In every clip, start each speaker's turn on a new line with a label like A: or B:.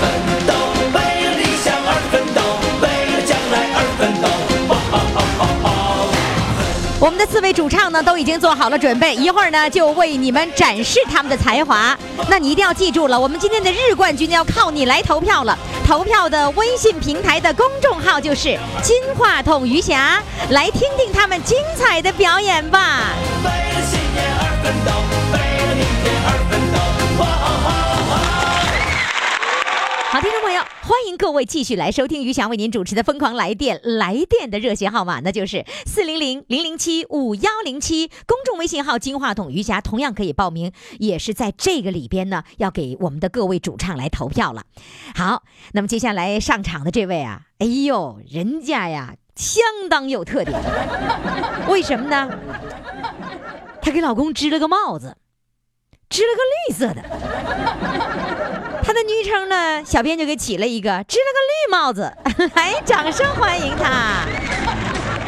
A: 奋斗，为了理想而奋斗，为了将来而奋斗。
B: 我们的四位主唱呢，都已经做好了准备，一会儿呢就为你们展示他们的才华。那你一定要记住了，我们今天的日冠军要靠你来投票了。投票的微信平台的公众号就是“金话筒余霞”，来听听他们精彩的表演吧。
A: 为了信念而奋斗，为了明天而奋斗。哇
B: 好，听众朋友，欢迎各位继续来收听余霞为您主持的《疯狂来电》，来电的热线号码那就是四零零零零七五幺零七，公众微信号“金话筒余霞”同样可以报名，也是在这个里边呢，要给我们的各位主唱来投票了。好，那么接下来上场的这位啊，哎呦，人家呀相当有特点，为什么呢？她给老公织了个帽子，织了个绿色的。她的昵称呢，小编就给起了一个，织了个绿帽子。 来，掌声欢迎她。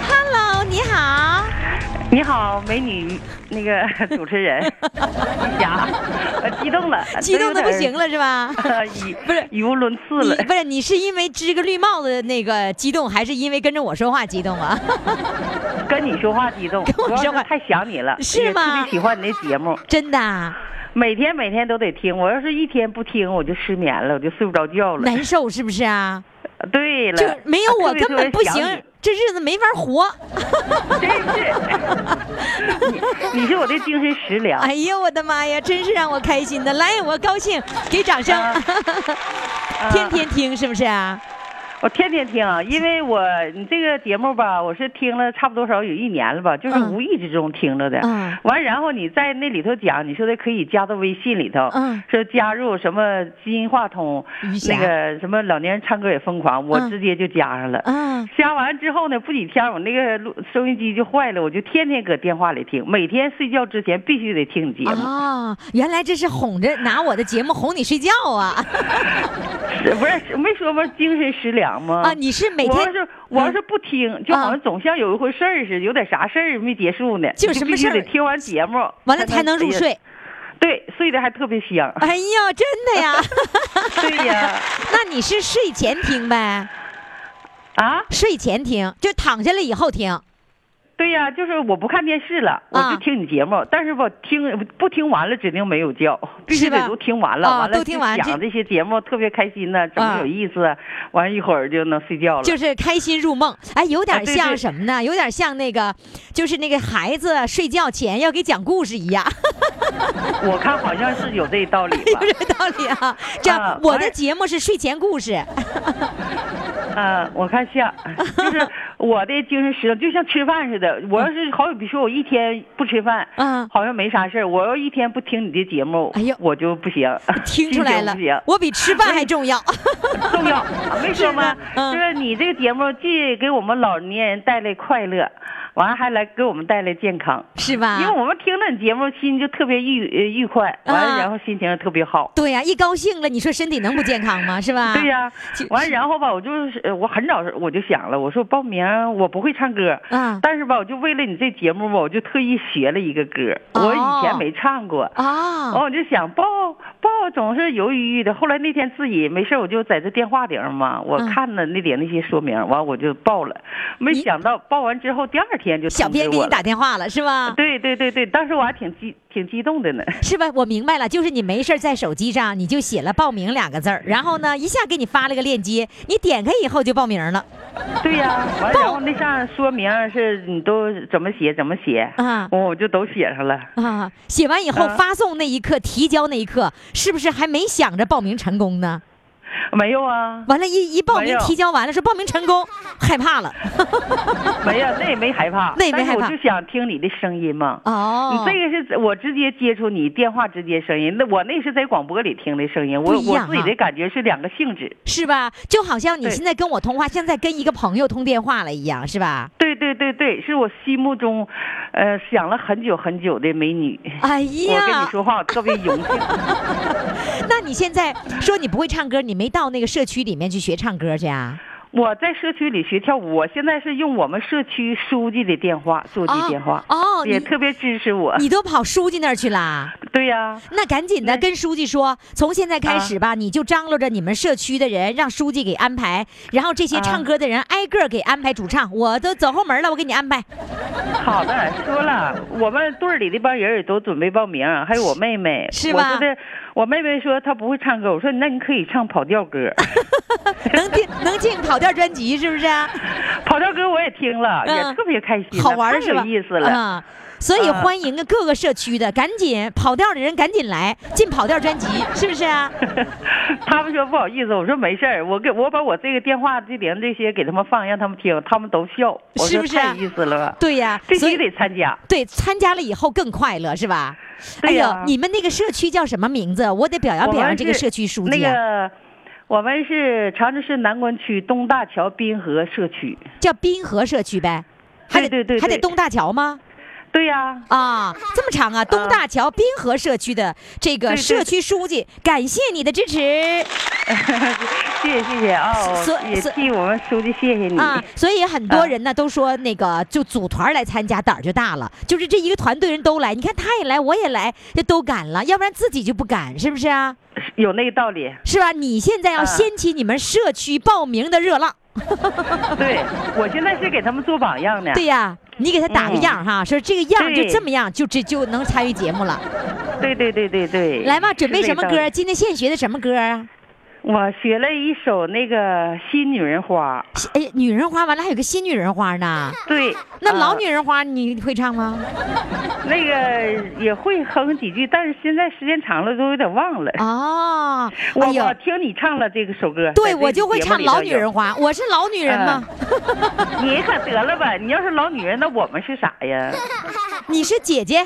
B: Hello，你好。
C: 你好，美女，那个主持 人，霞，呃激动了，
B: 激动的不行了是吧？
C: 都有点儿，语
B: 不是
C: 语无伦次
B: 你
C: 了。
B: 不是你是因为织个绿帽子那个激动，还是因为跟着我说话激动啊？
C: 跟你说话激动，
B: 跟我
C: 主要
B: 说话
C: 是太想你了，
B: 是
C: 也
B: 吗
C: 特别喜欢你的节目，
B: 真的啊，
C: 每天每天都得听。我要是一天不听，我就失眠了，我就睡不着觉了。
B: 难受是不是啊？
C: 对了，啊
B: 就没有我
C: 特别
B: 根本不
C: 特别想
B: 行，这日子没法活。
C: 你真是，你你是我的精神食粮。
B: 哎呦我的妈呀，真是让我开心的，来我高兴，给掌声。
C: 啊
B: 天天听是不是啊？
C: 我天天听啊，
B: 嗯
C: 因为我你这个节目吧，我是听了差不多少有一年了吧，就是
B: 嗯
C: 无意之中听着的。
B: 嗯
C: 完，然后你在那里头讲，你说的可以加到微信里头，
B: 嗯
C: 说加入什么金话筒
B: 余，霞
C: 那个什么老年人唱歌也疯狂，我
B: 嗯
C: 直接就加上了。
B: 嗯。
C: 加完之后呢，不几天我那个录收音机就坏了，我就天天搁电话里听，每天睡觉之前必须得听你节目，
B: 啊，原来这是哄着拿我的节目哄你睡觉啊！
C: 是不是没说吗？精神食粮吗？
B: 啊，你是每
C: 我要
B: 天嗯啊
C: 是我要是不听，就好像总像有一回事儿似的，有点啥事儿没结束呢，
B: 就是什么
C: 必须
B: 事儿
C: 得听完节目，
B: 完了才能入
C: 哎呀
B: 睡。。。
C: 对，睡得还特别香
B: 哎呦，真的呀！
C: 对呀，
B: 那你是睡前听呗？
C: 啊，
B: 睡前听，就躺下来以后听。
C: 对呀，就是我不看电视了，我
B: 啊
C: 就听你节目，但是吧，听不听完了指定没有觉，必须
B: 是吧
C: 得都听完了，
B: 啊
C: 完了
B: 都听完
C: 就想
B: 这
C: 这些节目特别开心呢，怎么
B: 啊
C: 有意思啊，完一会儿就能睡觉了。
B: 就是开心入梦，哎，有点
C: 啊对
B: 像
C: 对
B: 什么呢？有点像那个，就是那个孩子睡觉前要给讲故事一
C: 啊
B: 样，
C: 我看好像是有这道理吧
B: 有，这道理啊。这样
C: 啊
B: 我
C: 完
B: 的
C: 了
B: 节目是睡前故事，
C: 嗯，我看像，就是我的精神食粮就像吃饭似的。我要是好比说，我一天不吃饭，
B: 嗯
C: 好像没啥事儿。我要一天不听你的节目，
B: 哎呦
C: 我就不行，
B: 听出来了
C: 心情，
B: 我比吃饭还 重要。
C: 不行，重 要，没说吗？
B: 是吗嗯
C: 就是你这个节目既给我们老年人带来快乐，完了还来给我们带来健康。
B: 是吧？
C: 因为我们听了你节目，心就特别愉呃愉快，完
B: 啊啊
C: 了然后心情特别好。
B: 对呀、一高兴了，你说身体能不健康吗？是吧？
C: 对呀、
B: 啊就
C: 完然后吧，我就是呃我很早我就想了，我说报名我不会唱歌，
B: 嗯
C: 但是吧，我就为了你这节目吧，我就特意学了一个歌，
B: 哦
C: 我以前没唱过。
B: 啊、
C: 完
D: 哦
C: 我就想报报总是犹豫豫的，后来那天自己没事儿我就在这电话顶上嘛，我
B: 嗯
C: 看了那顶那些说明，完我就报了，没
B: 你
C: 想到报完之后第二天就
B: 小
C: 通知
B: 编给
C: 我
B: 你
C: 了
B: 打电话了是吧？
C: 对对对对，当时我还挺激挺激动的呢。
B: 是吧？我明白了，就是你没事儿在手机上你就写了“报名”两个字儿，然后呢，一下给你发了个链接，你点开以后就报名了
C: 对呀、完然后那上说明是你都怎么写怎么写，
B: 啊
C: 我就都写上了。
B: 啊！写完以后
C: 啊
B: 发送那一刻，提交那一刻，是不是还没想着报名成功呢？
D: 没有啊，
B: 完了一，一报
D: 没
B: 名
D: 有
B: 提交完了，说报名成功，害怕了。
D: 没有，那也没害怕，
B: 那也没害怕
D: 但是我就想听你的声音嘛。
B: 哦，
D: 你这个是我直接接触你电话直接声音，那我那是在广播里听的声音，我、
B: 不一
D: 我
B: 样啊
D: 自己的感觉是两个性质。
B: 是吧？就好像你
D: 对
B: 现在跟我通话，像在跟一个朋友通电话了一样，是吧？
D: 对对对对，是我心目中，呃，想了很久很久的美女。我
B: 哎
D: 跟你
B: 呀，
D: 说话我特别荣幸，
B: 那你现在说你不会唱歌，你没到那个社区里面去学唱歌去啊？
D: 我在社区里学跳舞，我现在是用我们社区书记的电话，座机电话，
B: 哦，哦
D: 也
B: 你
D: 特别支持我。
B: 你都跑书记那儿去啦？
D: 对呀、
B: 那赶紧的跟书记说，从现在开始
D: 啊
B: 吧，你就张罗着你们社区的人，让书记给安排，然后这些
D: 啊
B: 唱歌的人挨个给安排主唱。我都走后门了，我给你安排。
D: 好的，说了，我们队儿里那帮人也都准备报名，还有我妹妹，
B: 是吧
D: 我觉得我妹妹说她不会唱歌，我说那你可以唱跑调歌，
B: 能 进能进跑调专辑是不是啊、
D: 跑调歌我也听了，
B: 嗯
D: 也特别开心，
B: 好玩
D: 太
B: 儿是吧？
D: 有意思了。
B: 啊、所以
D: 啊
B: 欢迎啊各个社区的，赶紧跑调的人赶紧来进跑调专辑，是不是啊？
D: 他们说不好意思，我说没事儿，我给我把我这个电话这铃这些给他们放，让他们听，他们都笑，我
B: 是
D: 说
B: 不是啊
D: 太有意思了，
B: 对呀、
D: 必
B: 所以
D: 须得参加。
B: 对参加了以后更快乐是吧？
D: 对呀
B: 哎呦，你们那个社区叫什么名字？我得表扬
D: 我
B: 啊表扬
D: 们
B: 这个
D: 是
B: 社区书
D: 那
B: 记啊，
D: 个我们是长春市南关区东大桥滨河社区。
B: 叫滨河社区呗。还得
D: 对对对
B: 还得
D: 对
B: 东大桥吗？
D: 对呀、
B: 啊，这么长啊！东大桥滨河社区的这个
D: 对对
B: 社区书记，感谢你的支持。
D: 谢谢谢谢啊，
B: 所
D: 我也
B: 所
D: 替我们书记谢谢你。
B: 啊，所以很多人呢都说那个就组团儿来参加胆儿就大了，就是这一个团队人都来，你看他也来，我也来，这都敢了，要不然自己就不敢，是不是啊？
D: 有那个道理，
B: 是吧？你现在要
D: 嗯
B: 掀起你们社区报名的热浪，
D: 对我现在是给他们做榜样呢。
B: 对呀。你给他打个样儿哈，说这个样儿就
D: 嗯对
B: 这么样，就这就能参与节目了。
D: 对对对对对。
B: 来吧，准备
D: 是这
B: 什么
D: 道理
B: 歌儿？？今天现学的什么歌儿啊？
D: 我学了一首那个《新女人花
B: 哎，女人花完了还有个新女人花呢。》，
D: 对，
B: 那老
D: 呃
B: 女人花你会唱吗？
D: 那个也会哼几句，但是现在时间长了都有点忘了。
B: 哦，
D: 我
B: 哎呦
D: 我，听你唱了这个首歌，
B: 对
D: 在这
B: 我就会
D: 节目
B: 唱《
D: 里头
B: 老女
D: 有嗯
B: 人花》，我是老女人吗？
D: 你可得了吧！你要是老女人，那我们是啥呀？
B: 你是姐 姐，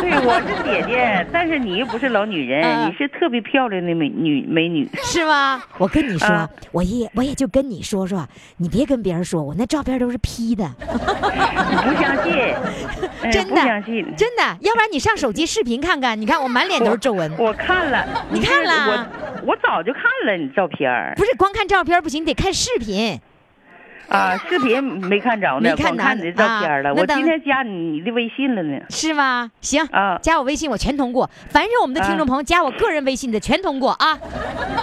D: 对，我是姐姐，但是你又不是老女人，
B: 嗯
D: 你是特别漂亮的美女美女。
B: 是吗？我跟你说，
D: 啊
B: 我也我也就跟你说说，你别跟别人说，我那照片都是 P 的，
D: 你不相 信？嗯
B: 真
D: 不相
B: 的
D: 信，。
B: 真的，要不然你上手机视频看看，你看我满脸都是皱纹。
D: 我看了，
B: 你
D: 是
B: 看了啊
D: 我我早就看了你照片儿
B: 不是光看照片不行，得看视频。
D: 啊，视频没看着
B: 没
D: 呢，
B: 看
D: 光
B: 着
D: 看你的照片了。
B: 啊那
D: 我
B: 等
D: 今天加你的微信了呢。
B: 是吗？行，
D: 啊
B: 加我微信，我全通过。凡是我们的听众朋友加我个人微信的，全通过啊。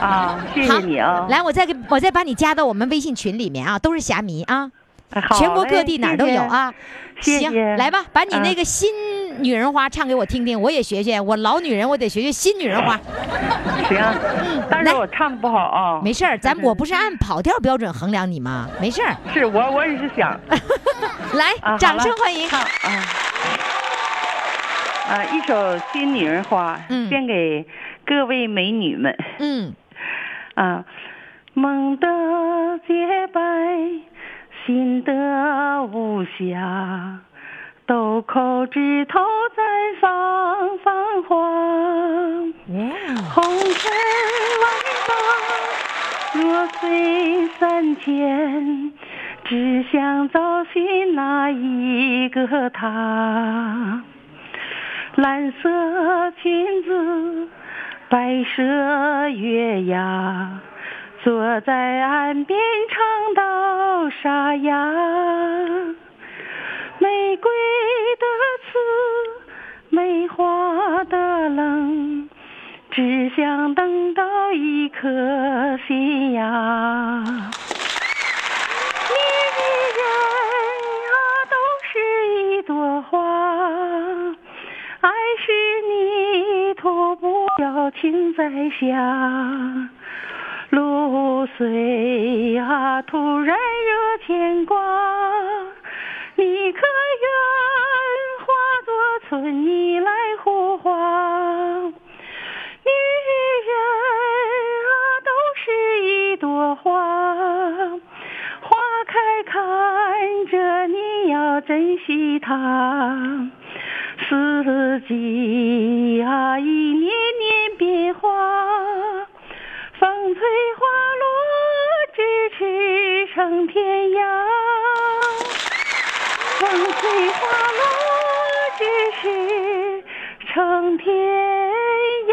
D: 啊，谢谢你啊！
B: 来，我再给我再把你加到我们微信群里面啊，都是侠迷啊，
D: 哎，好
B: 全国各
D: 嘞
B: 地哪儿都有。啊。
D: 谢谢谢谢
B: 行，来吧，把你那
D: 嗯
B: 个新女人花唱给我听听，我也学学。我老女人，我得学学新女人花。
D: 谢谢行，但
B: 嗯来
D: 是我唱的不好啊。
B: 没事儿，咱我不是按跑调标准衡量你吗？没事儿，
D: 是我我也是想。
B: 来
D: 啊，
B: 呃掌
D: 好
B: 声
D: 了
B: 欢迎。
D: 唱啊啊！一首《新女人花》
B: 嗯
D: 献给各位美女们
B: 嗯，
D: 啊！梦的洁白，心的无瑕，豆蔻枝头绽放芳华。
B: 哇，
D: 红尘万般，弱水三千，只想找寻那一个他。蓝色裙子，白色月牙，坐在岸边唱到沙哑。玫瑰的刺，梅花的冷，只想等到一颗心呀。你的人啊，都是一朵花，爱是泥土，不要轻在下。露水啊，突然惹牵挂，你可愿化作春泥来护花？女人啊，都是看着你要珍惜它，四季呀一年年变化，风吹花落，咫尺成天涯。风吹花落，只是成天涯。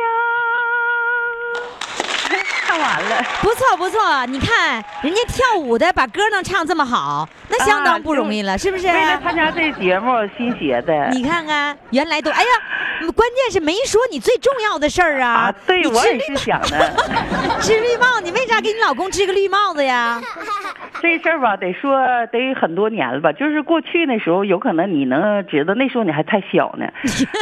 D: 唱 完
C: 啊
D: 了，
B: 不错不错，你看人家跳舞的把歌能唱这么好，那相当不容易
C: 啊
B: 了，是不是？啊
C: 为了参加这节目新学 的。
B: 你看看，原来都哎呀，关键是没说你最重要的事儿啊！
C: 啊，对，
B: 你
C: 我
B: 吃
C: 也
B: 绿
C: 是想 的。
B: 织绿帽，你为啥给你老公织个绿帽子呀？
C: 这事儿吧，得说得很多年了吧。就是过去那时候，有可能你能知道，那时候你还太小 呢。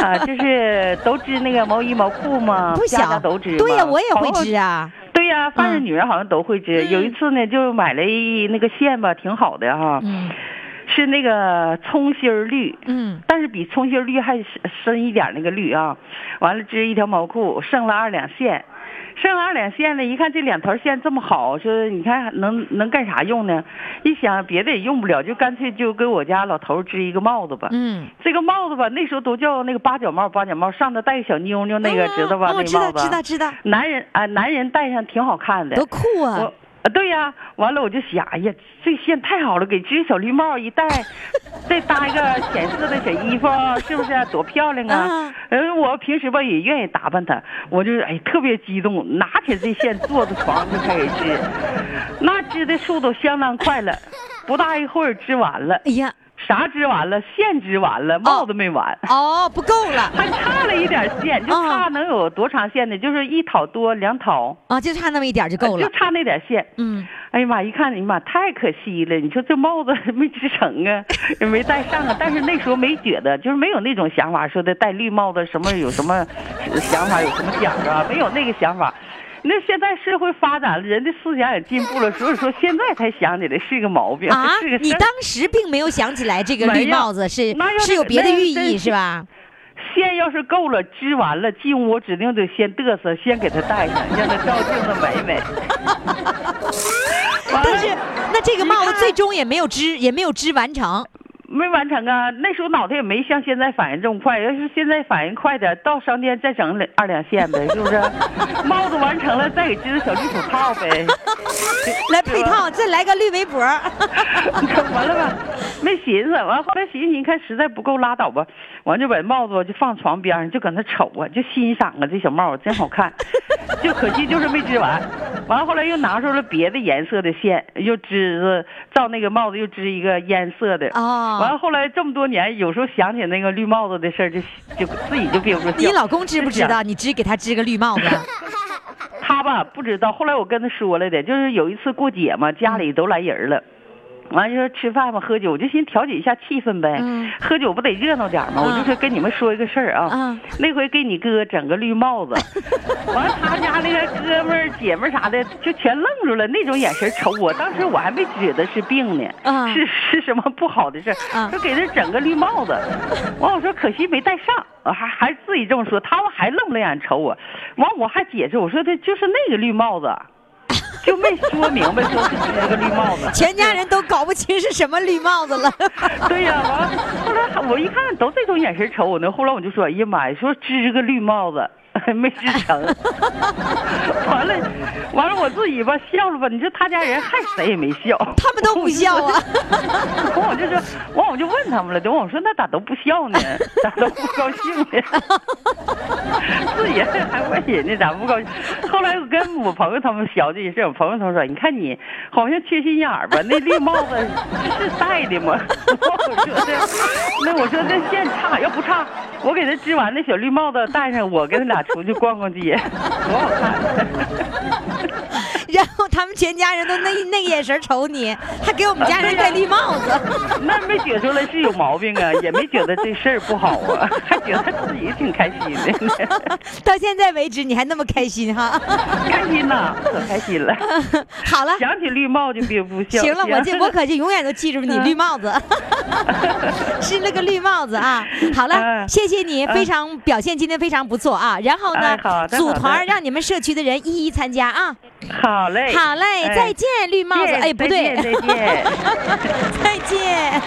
C: 啊，就是都织那个毛衣毛裤嘛，
B: 不
C: 啊家
B: 小
C: 家都织。哦
B: 对呀、我也会织。啊。
C: 对呀、反正女人好像都会织。
B: 嗯
C: 有一次呢，就买了一那个线吧，挺好的哈，
B: 嗯
C: 是那个葱心儿绿。
B: 嗯，
C: 但是比葱心儿绿还深深一点儿那个绿啊。完了织一条毛裤，剩了二两线，剩了二两线了，一看这两条线这么好，说你看能能干啥用呢？一想别的也用不了，就干脆就给我家老头儿织一个帽子吧。
B: 嗯，
C: 这个帽子吧，那时候都叫那个八角帽，八角帽上头带个小妞妞，那个、
B: 嗯
C: 知道吧？
B: 我知
C: 那帽
B: 道
C: 子，啊
B: 知道知道，
C: 男人啊、男人戴上挺好看的。
B: 多酷
C: 我
B: 啊！
C: 啊，对呀、完了我就想，哎呀，这线太好了，给织小绿帽一戴，再搭一个显色的小衣服，是不是啊、多漂亮啊
B: 啊？
C: 嗯，我平时吧也愿意打扮它，我就是哎特别激动，拿起这线坐在床就开始织，那织的速度相当快了，不大一会儿织完了，
B: 哎呀，
C: 啥织完了？线织完了，帽子没完。
B: 哦，不够了
C: 还差了一点线，就
B: 啊
C: 差能有多长线呢？就是一讨多两讨，
B: 啊，就差那么一点儿就够了
C: 啊就。差那点线。
B: 嗯，
C: 哎呀妈！一看，哎呀妈，太可惜了！你说这帽子没织成啊，也没戴上啊。但是那时候没觉得，就是没有那种想法，说的戴绿帽子什么有什么想法，有什么奖啊，没有那个想法。那现在社会发展了，人的思想也进步了，所以说现在才想起来是个毛病，
B: 啊
C: 是个，
B: 你
C: 事儿
B: 当时并没有想起来这个
C: 没
B: 绿
C: 有
B: 帽子是
C: 那要
B: 是
C: 是
B: 有别的
C: 那要
B: 寓
C: 真
B: 意
C: 是
B: 是吧？
C: 线要是够了，织完了进屋，我指定得先嘚瑟，先给它戴上，让它照镜子美美。完了
B: 但是那这个帽子最终也没有织，也没有织完成。
C: 没完成啊，那时候脑袋也没像现在反应这么快。要是现在反应快点，到商店再整两二两线呗，是不是？帽子完成了，再给织个小绿手套呗。
B: 来配套，再来个绿围脖 儿。
C: 完了吧，没寻思。完后来寻思，你看实在不够拉倒吧，完就把帽子就放床边上，就搁那瞅啊，就欣赏啊，这小帽真好看。 就可惜就是没织完。完后来又拿出了别的颜色的线，又织了照那个帽子又织一个烟色的。
B: 哦
C: 完后来这么多年，有时候想起那个绿帽子的事儿，就就自己就憋不住笑。
B: 你老公知不知
C: 就想
B: 道？你织给他织个绿帽子，
C: 他吧不知道，后来我跟他说了的，就是有一次过节嘛，家里都来人了。完就说吃饭嘛，喝酒，我就寻思调解一下气氛呗。
B: 嗯
C: 喝酒不得热闹点儿吗？
B: 嗯
C: 我就说跟你们说一个事儿啊。
B: 嗯
C: 那回给你哥整个绿帽 子，完了他家那个哥们儿、姐们儿啥的就全愣住了，那种眼神瞅我。当时我还没觉得是病呢，
B: 嗯
C: 是是什么不好的事儿，
B: 嗯
C: 说给他整个绿帽子。完我说可惜没戴上，啊还还自己这么说，他们还愣了眼瞅我。完我还解释，我说的就是那个绿帽子，啊就没说明白说是织个绿帽子。
B: 全家人都搞不清是什么绿帽 子了。
C: 对呀、完了后来我一看都这种眼神瞅我呢，后来我就说，哎呀妈呀，说织个绿帽子。 没织成，完了，完了，我自己吧笑了吧，你说他家人还谁也没笑，
B: 他们都不笑啊
C: 完我就说，完我就问他们了，等我说那咋都不笑呢，咋都不高兴呢？ 自己还问人家咋不高兴？后来我跟我朋友他们学这事，我朋友他们说，你看你好像缺心眼儿吧？那绿帽子是戴的吗？ 我说这，那我说这线差，要不差，我给他织完那小绿帽子戴上，我跟他俩出去逛逛街，多好看！
B: 然后他们全家人都那那个眼神瞅你，还给我们家人戴绿帽子。
C: 那没觉出来是有毛病啊，也没觉得这事儿不好啊，还觉得自己挺开心的呢，
B: 到现在为止，你还那么开心哈？
C: 开心呐、可开心了。
B: 好了，
C: 想起绿帽就憋不笑。
B: 行了，我这我可就永远都记住你绿
C: 啊嗯
B: 帽子， 是那个绿帽子啊。好了，
C: 嗯
B: 谢谢你，非常表现今天非常不错啊。然后呢
C: 哎好，的
B: 组
C: 好的
B: 团儿让你们社区的人一一参加啊。
C: 好嘞，
B: 好嘞，
C: 哎
B: 再见，绿帽子。
C: 见
B: 哎，不对，
C: 再见，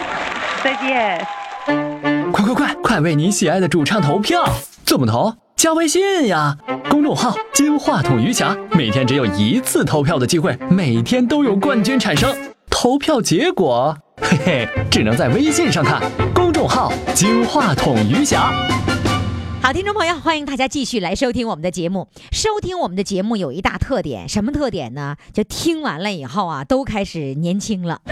C: 再见，
B: 再见。
C: 再见。
E: 快快快，快为你喜爱的主唱投票！怎么投？加微信呀，公众号“金话筒余霞”，每天只有一次投票的机会，每天都有冠军产生。投票结果，嘿嘿，只能在微信上看。公众号“金话筒余霞”。
B: 好，听众朋友，欢迎大家继续来收听我们的节目。收听我们的节目有一大特点，什么特点呢？就听完了以后啊，都开始年轻了。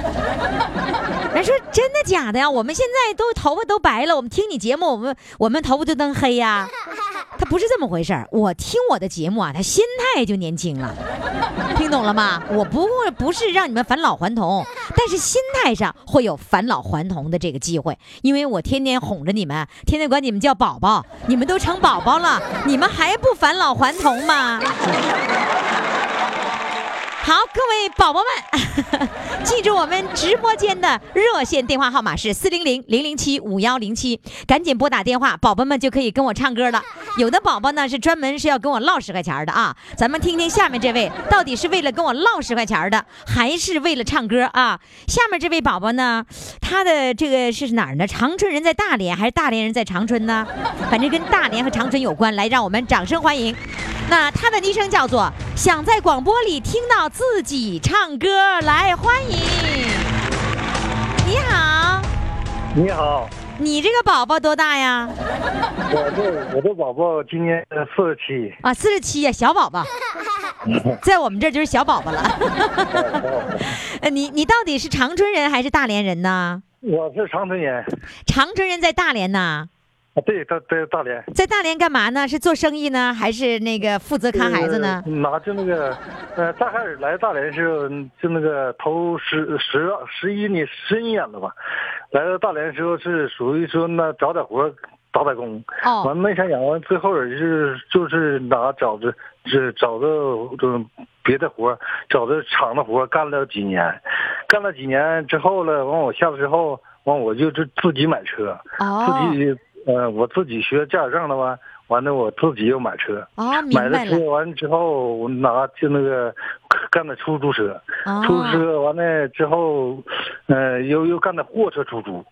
B: 人说真的假的呀？我们现在都头发都白了，我们听你节目，我们我们头发就灯黑呀、他不是这么回事儿。我听我的节目啊，他心态就年轻了，听懂了吗？我不会不是让你们返老还童，但是心态上会有返老还童的这个机会，因为我天天哄着你们，天天管你们叫宝宝，你们都成宝宝了，你们还不返老还童吗？好，各位宝宝们， 记住我们直播间的热线电话号码是四零零零零七五幺零七，赶紧拨打电话，宝宝们就可以跟我唱歌了。有的宝宝呢是专门是要跟我唠十块钱儿的啊，咱们听听下面这位到底是为了跟我唠十块钱儿的，还是为了唱歌啊？下面这位宝宝呢，他的这个是哪儿呢？长春人在大连，还是大连人在长春呢？反正跟大连和长春有关，来，让我们掌声欢迎。那他的昵称叫做“想在广播里听到自己唱歌”，来欢迎。你好，
F: 你好，
B: 你这个宝宝多大呀？
F: 我 这我这宝宝今年四十七，
B: 啊，四十七呀，小 宝宝，在我们这儿就是小宝宝了。呃 你你到底是长春人还是大连人呢？
F: 我是长春人，
B: 长春人在大连呢，
F: 啊对，在在大连。
B: 在大连干嘛呢？是做生意呢，还是那个负责看孩子呢？
F: 呃拿就那个，呃，大开始来大连是嗯就那个头十十十一年十一年了吧，来到大连的时候是属于说那找点活打打工，
B: 哦
F: 完没成想完最后也是就是拿找着是找着这别的活儿，找着厂的活儿干了几年，干了几年之后了，完我下来之后，完我就自自己买车，
B: 哦
F: 自己呃我自己学驾驶证了吧，完了我自己又买车，
B: 哦，
F: 买
B: 明
F: 了
B: 白
F: 车
B: 了。
F: 完之后，我拿就那个干的出租车，出租
B: 哦，
F: 车完了之后，呃，又又干的货车出租，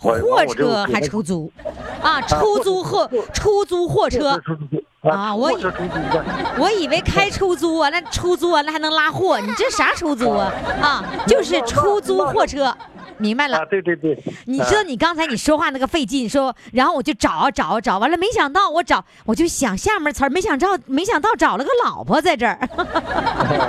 F: 我
B: 货车还出租， 啊，出租货出租货车，
F: 出租
B: 啊我以
F: 货车出租 干。
B: 我以为开出租完了，出租完了还能拉货，你这啥出租啊？啊，就是出租货车，明白了
F: 啊，。对对对，
B: 你
F: 啊
B: 知道你刚才你说话那个费劲，说，然后我就找找找，完了没想到我找，我就想下面词儿，没想到没想到找了个老婆在这儿，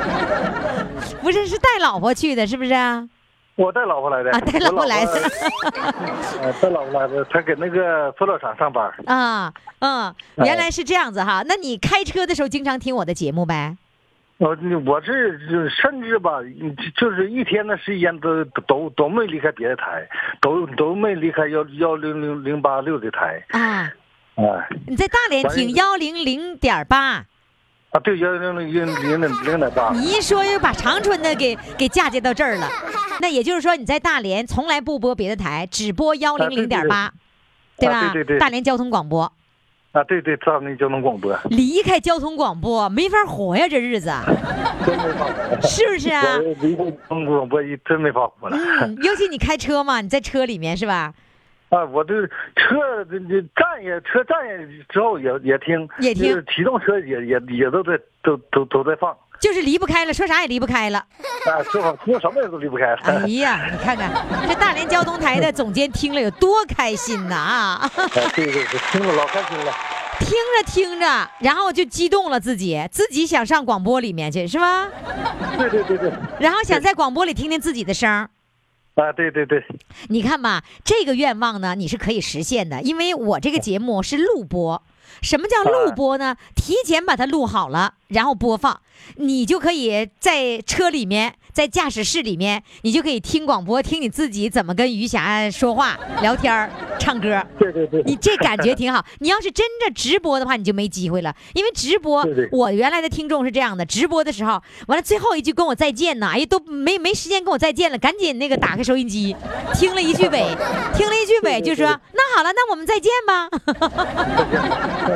B: 不是是带老婆去的，是不是啊？
F: 我带老婆来的，
B: 啊带老婆来的
F: 我老婆， 呃带老婆来的，她给那个塑料厂上班。
B: 啊，嗯，原来是这样子哈。那你开车的时候经常听我的节目呗？
F: 我我是甚至吧，嗯就是一天的时间都都都没离开别的台，都都没离开幺幺零零零八六的台。
B: 啊，
F: 啊
B: 你在大连
F: 完
B: 听幺零零点八，
F: 啊，对幺零零零零零点八。
B: 你一说又把长春的给给嫁接到这 儿了。那也就是说你在大连从来不播别的台，只播幺零零点八，对吧、
F: 啊对对对
B: 大连交通广播，
F: 啊，对对，藏那交通广播，
B: 离开交通广播没法活呀，这日子
F: 真没法活了。
B: 是不是啊？
F: 我离开交通广播一真没法活了。
B: 嗯，尤其你开车嘛，你在车里面是吧？
F: 啊，我这车这这站也车站也之后也也听，
B: 也听
F: 就是启动车也也也都在都都都在放，
B: 就是离不开了，说啥也离不开了。
F: 啊，说好说什么也都离不开了。
B: 哎呀，你看看这大连交通台的总监听了有多开心呐啊！
F: 哎对对对，听着老开心了。
B: 听着听着，然后就激动了自己，自己想上广播里面去是吧？
F: 对对对对，
B: 然后想在广播里听听自己的声儿。
F: 啊，对对对，
B: 你看吧，这个愿望呢，你是可以实现的，因为我这个节目是录播。什么叫录播呢？提前把它录好了，然后播放，你就可以在车里面、在驾驶室里面，你就可以听广播，听你自己怎么跟余霞说话、聊天儿、唱歌。
F: 对对 对，
B: 你这感觉挺好。你要是真的直播的话，你就没机会了，因为直播
F: 对对，
B: 我原来的听众是这样的：直播的时候，完了最后一句跟我再见呢，哎呀，都没没时间跟我再见了，赶紧那个打开收音机，听了一句尾，听了一句尾，就说那好了，那我们再见 吧，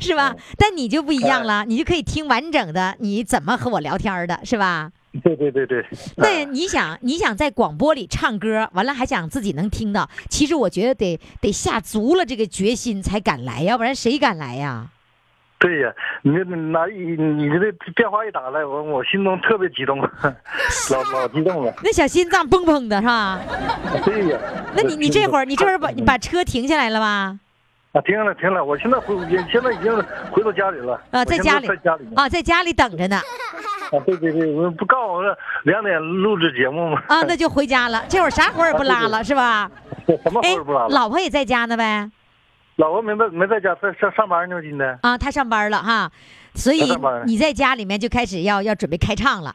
B: 是吧？但你就不一样
F: 哎
B: 了，你就可以听完整的，你怎么和我聊天儿的，是吧？
F: 对对对对，
B: 那你想，你想在广播里唱歌，完了还想自己能听到，其实我觉得得得下足了这个决心才敢来，要不然谁敢来呀？
F: 对呀，你那拿一你这电话一打来，我我心中特别激动，老 老激动了。
B: 那小心脏砰砰的是吧？
F: 对呀，
B: 那你你这会儿你这会儿把你
F: 你
B: 把车停下来了吧？
F: 啊停了停了，我现在回也现在已经回到家里了
B: 啊，
F: 我
B: 在
F: 现
B: 家里
F: 在家里呢
B: 啊，在家里等着呢
F: 啊，对对对，我不告诉我两点录制节目吗？
B: 啊，那就回家了。这会儿啥活儿也不拉了是吧？
F: 什么活
B: 哎
F: 儿不拉，了？
B: 老婆也在家呢呗？
F: 老婆没在没在家，在上上班呢，今天。
B: 啊，她上班了哈，所以
F: 她上班了
B: 你在家里面就开始要要准备开唱了。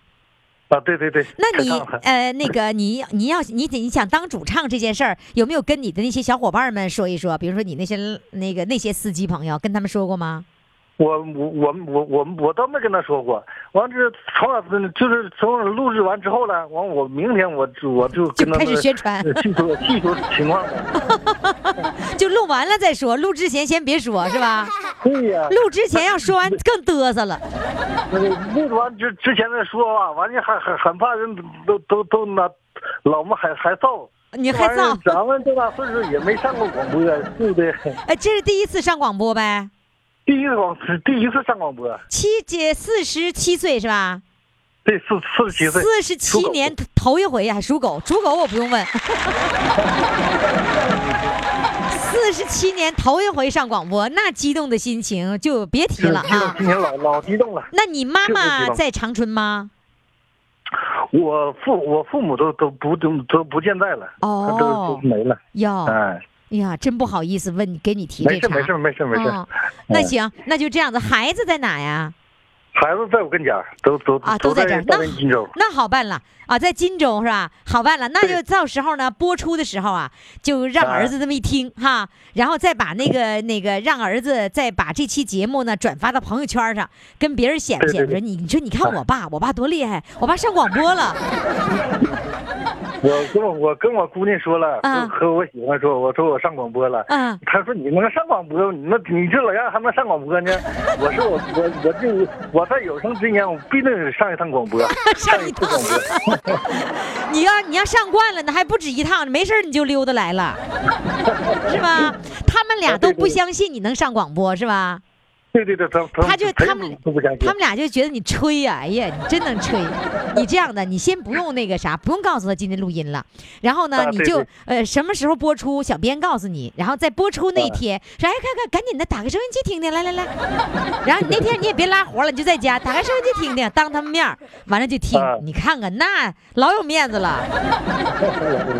F: 啊，对对对。
B: 那你
F: 太棒了
B: 呃，那个你你要你得你想当主唱这件事儿，有没有跟你的那些小伙伴们说一说？比如说你那些那个那些司机朋友，跟他们说过吗？
F: 我我我我我我倒没跟他说过，完之后从小就是从录制完之后呢，完我明天我就我就
B: 就
F: 跟他
B: 开
F: 们
B: 始宣传，
F: 呃细说细说情况呗。
B: 就录完了再说，录之前先别说，是 吧？
F: 对呀、
B: 录之前要说完更嘚瑟了。
F: 那个录制完之之前再说吧，完了还还很怕人都都都那老们还还造，
B: 你还
F: 这玩意
B: 造
F: 儿？咱们这大岁数也没上过广播，对不对？
B: 哎，这是第一次上广播呗？
F: 第一次广第一次上广播，
B: 七姐四十七岁是吧？
F: 这四四十七岁，
B: 四十七
F: 属狗
B: 年头头一回还属狗，属狗我不 用问。四十七年头一回上广播，那激动的心情就别提
F: 是
B: 了
F: 激动
B: 啊！
F: 今天老老激动了。
B: 那你
F: 就是
B: 妈
F: 激
B: 妈
F: 动
B: 在长春吗？
F: 我父我父母都都不都都不健在了，
B: 哦
F: 都都没了，
B: 哟，
F: 哎，
B: 哎呀，真不好意思问给你提这
F: 没
B: 茬
F: 事。没事没事没事，嗯
B: 哦那行，那就这样子。孩子在哪呀？
F: 孩子在我跟前儿，都都
B: 啊都
F: 都
B: 在这儿那
F: 大连金州，
B: 那好办了啊，在荆州是吧？好办了，那
F: 对
B: 就到时候呢，播出的时候啊，就让
F: 啊
B: 儿子这么一听哈，然后再把那个那个让儿子再把这期节目呢转发到朋友圈上，跟别人显摆
F: 对对
B: 显摆说你你说你看 我爸，我爸多厉害，我爸上广播了，
F: 我跟我我跟我姑娘说了，
B: 啊
F: 和和我媳妇说，我说我上广播了。
B: 嗯，
F: 她说：“你能上广播？你那你这老样还能上广 播呢？”我说我：“我我就我在有生之年，我必定得上一趟广 播， 上一次广播。
B: 你要你要上惯了，那还不止一趟，没事儿你就溜达来了，是吧？他们俩
F: 啊 对
B: 都不
F: 对
B: 相信你能上广播是吧？
F: 对对对，她
B: 他
F: 她
B: 就
F: 她
B: 他们
F: 都不相信
B: 他。们俩就觉得你吹呀、哎呀，你真能吹！你这样的，你先不用那个啥，不用告诉他今天录音了。然后呢，
F: 啊
B: 你
F: 对
B: 就
F: 对啊
B: 呃什么时候播出，小编告诉你。然后在播出那一天，说哎，看看，赶紧的打开收音机听听，来来来。然后你那天你也别拉活了，你就在家打开收音机听听，当他们面儿完了就听
F: 啊。
B: 你看看，那老有面子了。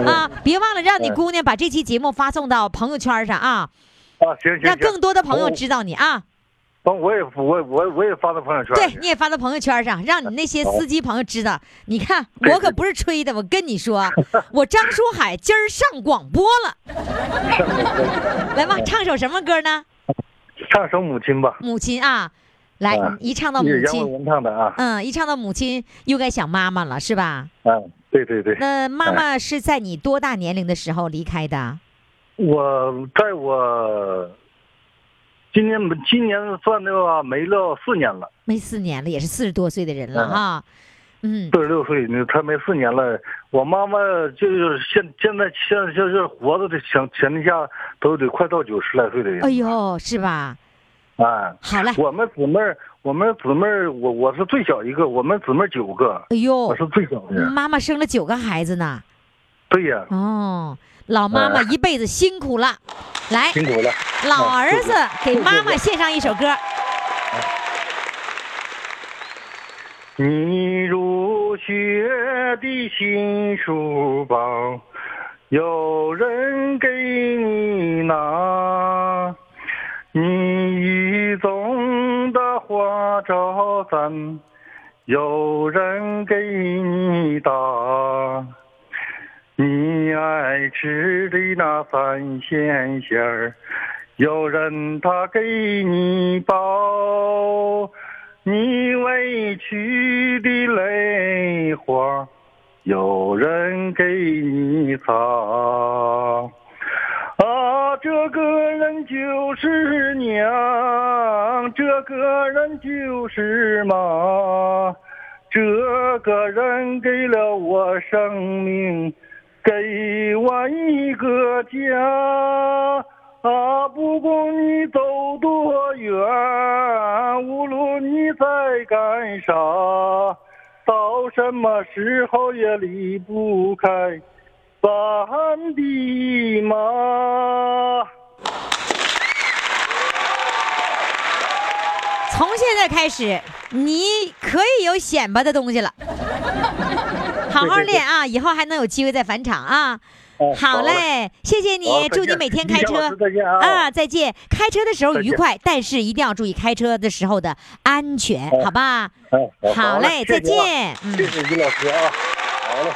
B: 啊！别忘了让你姑娘把这期节目发送到朋友圈上啊，
F: 啊，行行
B: 让更
F: 行，
B: 多的朋友
F: 哦
B: 知道你啊。
F: 完我也我我我也发到朋友圈去。
B: 对，你也发到朋友圈上，让你那些
F: 哦
B: 司机朋友知道。你看，
F: 对
B: 我可不是吹的，我跟 你说，我张书海今儿上广播了。
F: 上广播
B: 来吧，唱首什么歌呢？
F: 唱首《母亲》吧。”
B: 母亲啊，来
F: 啊
B: 一唱到母
F: 是杨伟
B: 亲，
F: 文唱的啊，
B: 嗯，一唱到母亲又该想妈妈了，是吧？
F: 啊，对对对，
B: 嗯那妈妈是在你多大年龄的时候离开的？
F: 我在我今年今年算的话没了四年了，
B: 没四年了，也是四十多岁的人了
F: 嗯
B: 哈。嗯，
F: 四十六岁，那他没四年了。我妈妈就是现现在现在就是活着的前前提下都得快到九十来岁的人
B: 哎呦，是吧？
F: 啊。
B: 好嘞，
F: 我们姊妹儿，我们姊妹儿，我我是最小一个，我们姊妹儿九个，
B: 哎呦嗯
F: 我，是最小的。
B: 妈妈生了九个孩子呢。
F: 对呀，
B: 哦，老妈妈
F: 哎
B: 一辈子辛苦了，来，
F: 辛苦了。
B: 老儿子给妈妈献上一首歌。
F: 你如雪的新书包，有人给你拿；你雨中的花罩伞，
G: 有人给你打，你爱吃的那三鲜馅儿，有人他给你包，你委屈的泪花，有人给你擦。啊，这个人就是娘，这个人就是妈，这个人给了我生命，给我一个家。啊，不管你走多远，无论你在干啥，到什么时候也离不开咱的妈。
B: 从现在开始，你可以有显摆的 东西了。好好练啊，以后还能有机会再返场啊。
G: 哦
B: 好，嘞，谢谢
G: 好
B: 你，
G: 再
B: 祝你
G: 见
B: 每天
G: 李
B: 开
G: 强老
B: 车
G: 师再见啊
B: 啊，再见。开车的时候
G: 再见
B: 愉快，但是一定要注意开车的时候的安全，好吧？
G: 哎，
B: 好嘞，再
G: 谢谢啊
B: 见。嗯
G: 谢。谢于老师啊，好嘞。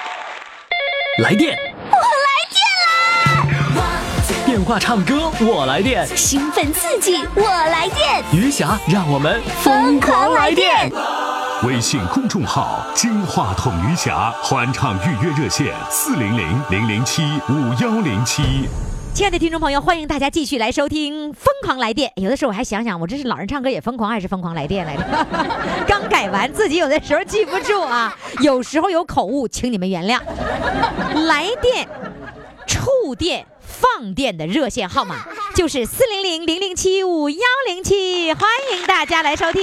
E: 来电，我来电啦！电话唱歌，我来电。
H: 兴奋刺激，我来电，
E: 余霞，让我们
H: 疯狂来电！
I: 微信公众号“金话筒余霞”欢唱预约热线：四零零零零七五幺零七。
B: 亲爱的听众朋友，欢迎大家继续来收听《疯狂来电》。有的时候我还想想，我这是老人唱歌也疯狂，还是疯狂来电来着？ 刚改完，自己有的时候记不住啊，有时候有口误，请你们原谅。来电、触电、放电的热线号码就是四零零零零七五幺零七，欢迎大家来收听。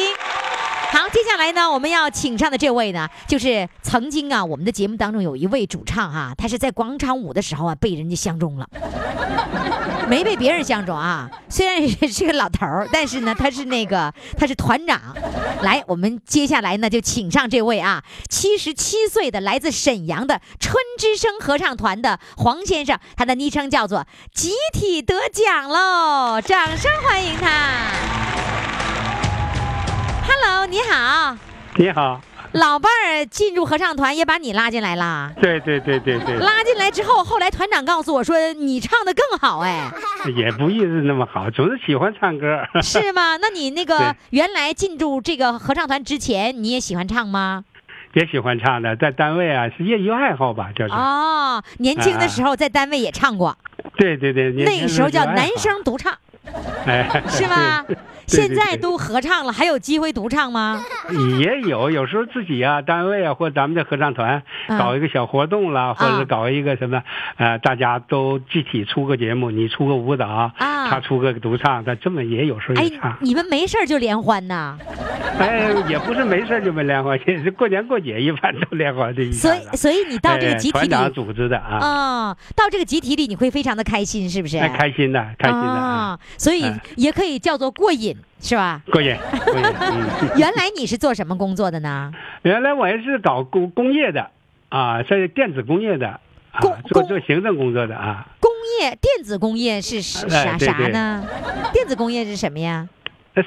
B: 好，接下来呢，我们要请上的这位呢，就是曾经啊，我们的节目当中有一位主唱啊，他是在广场舞的时候啊，被人家相中了。没被别人相中啊。虽然是是个老头儿，但是呢，他是那个他是团长。来，我们接下来呢就请上这位啊，七十七岁的来自沈阳的春之声合唱团的黄先生，他的昵称叫做“集体得奖喽”，掌声欢迎他。Hello，你好，
J: 你好，
B: 老伴儿进入合唱团也把你拉进来啦。
J: 对对对对对，
B: 拉进来之后，后来团长告诉我说你唱的更好哎。
J: 也不一直那么好，总是喜欢唱歌。
B: 是吗？那你那个
J: 对
B: 原来进入这个合唱团之前，你也喜欢唱吗？
J: 也喜欢唱的，在单位啊是业余爱好吧，就是。
B: 哦，年轻的
J: 啊
B: 时候在单位也唱过，
J: 对对对，年轻
B: 那时候叫
J: 就爱好
B: 男生独唱，
J: 哎，
B: 是吗？
J: 对
B: 现在
J: 对
B: 都合唱了，还有机会独唱吗？
J: 对？也有，有时候自己啊，单位啊，或者咱们的合唱团
B: 嗯
J: 搞一个小活动啦，或者
B: 啊
J: 是搞一个什么，呃，大家都集体出个节目，你出个舞蹈，
B: 啊
J: 他出个独唱，他这么也有时候
B: 哎
J: 也唱，。
B: 你们没事儿就联欢呐，
J: 哎，也不是没事就没联欢，也是过年过节一般都联欢这一下
B: 所
J: 子。
B: 以所以你到这个
J: 哎
B: 集体
J: 团
B: 里，
J: 长组织的啊。
B: 啊、到这个集体里你会非常的开心，是不是？
J: 哎，开心的，开心的，啊、
B: 啊，所以
J: 哎
B: 也可以叫做过瘾，是吧？
J: 过瘾，过瘾。嗯，
B: 原来你是做什么工作的呢？
J: 原来我也是搞工工业的，啊，是电子工业的，啊
B: 工，
J: 做
B: 工
J: 做行政工作的啊，
B: 工业电子工业是是
J: 哎
B: 啥
J: 对
B: 啥
J: 对
B: 呢？电子工业是什么呀？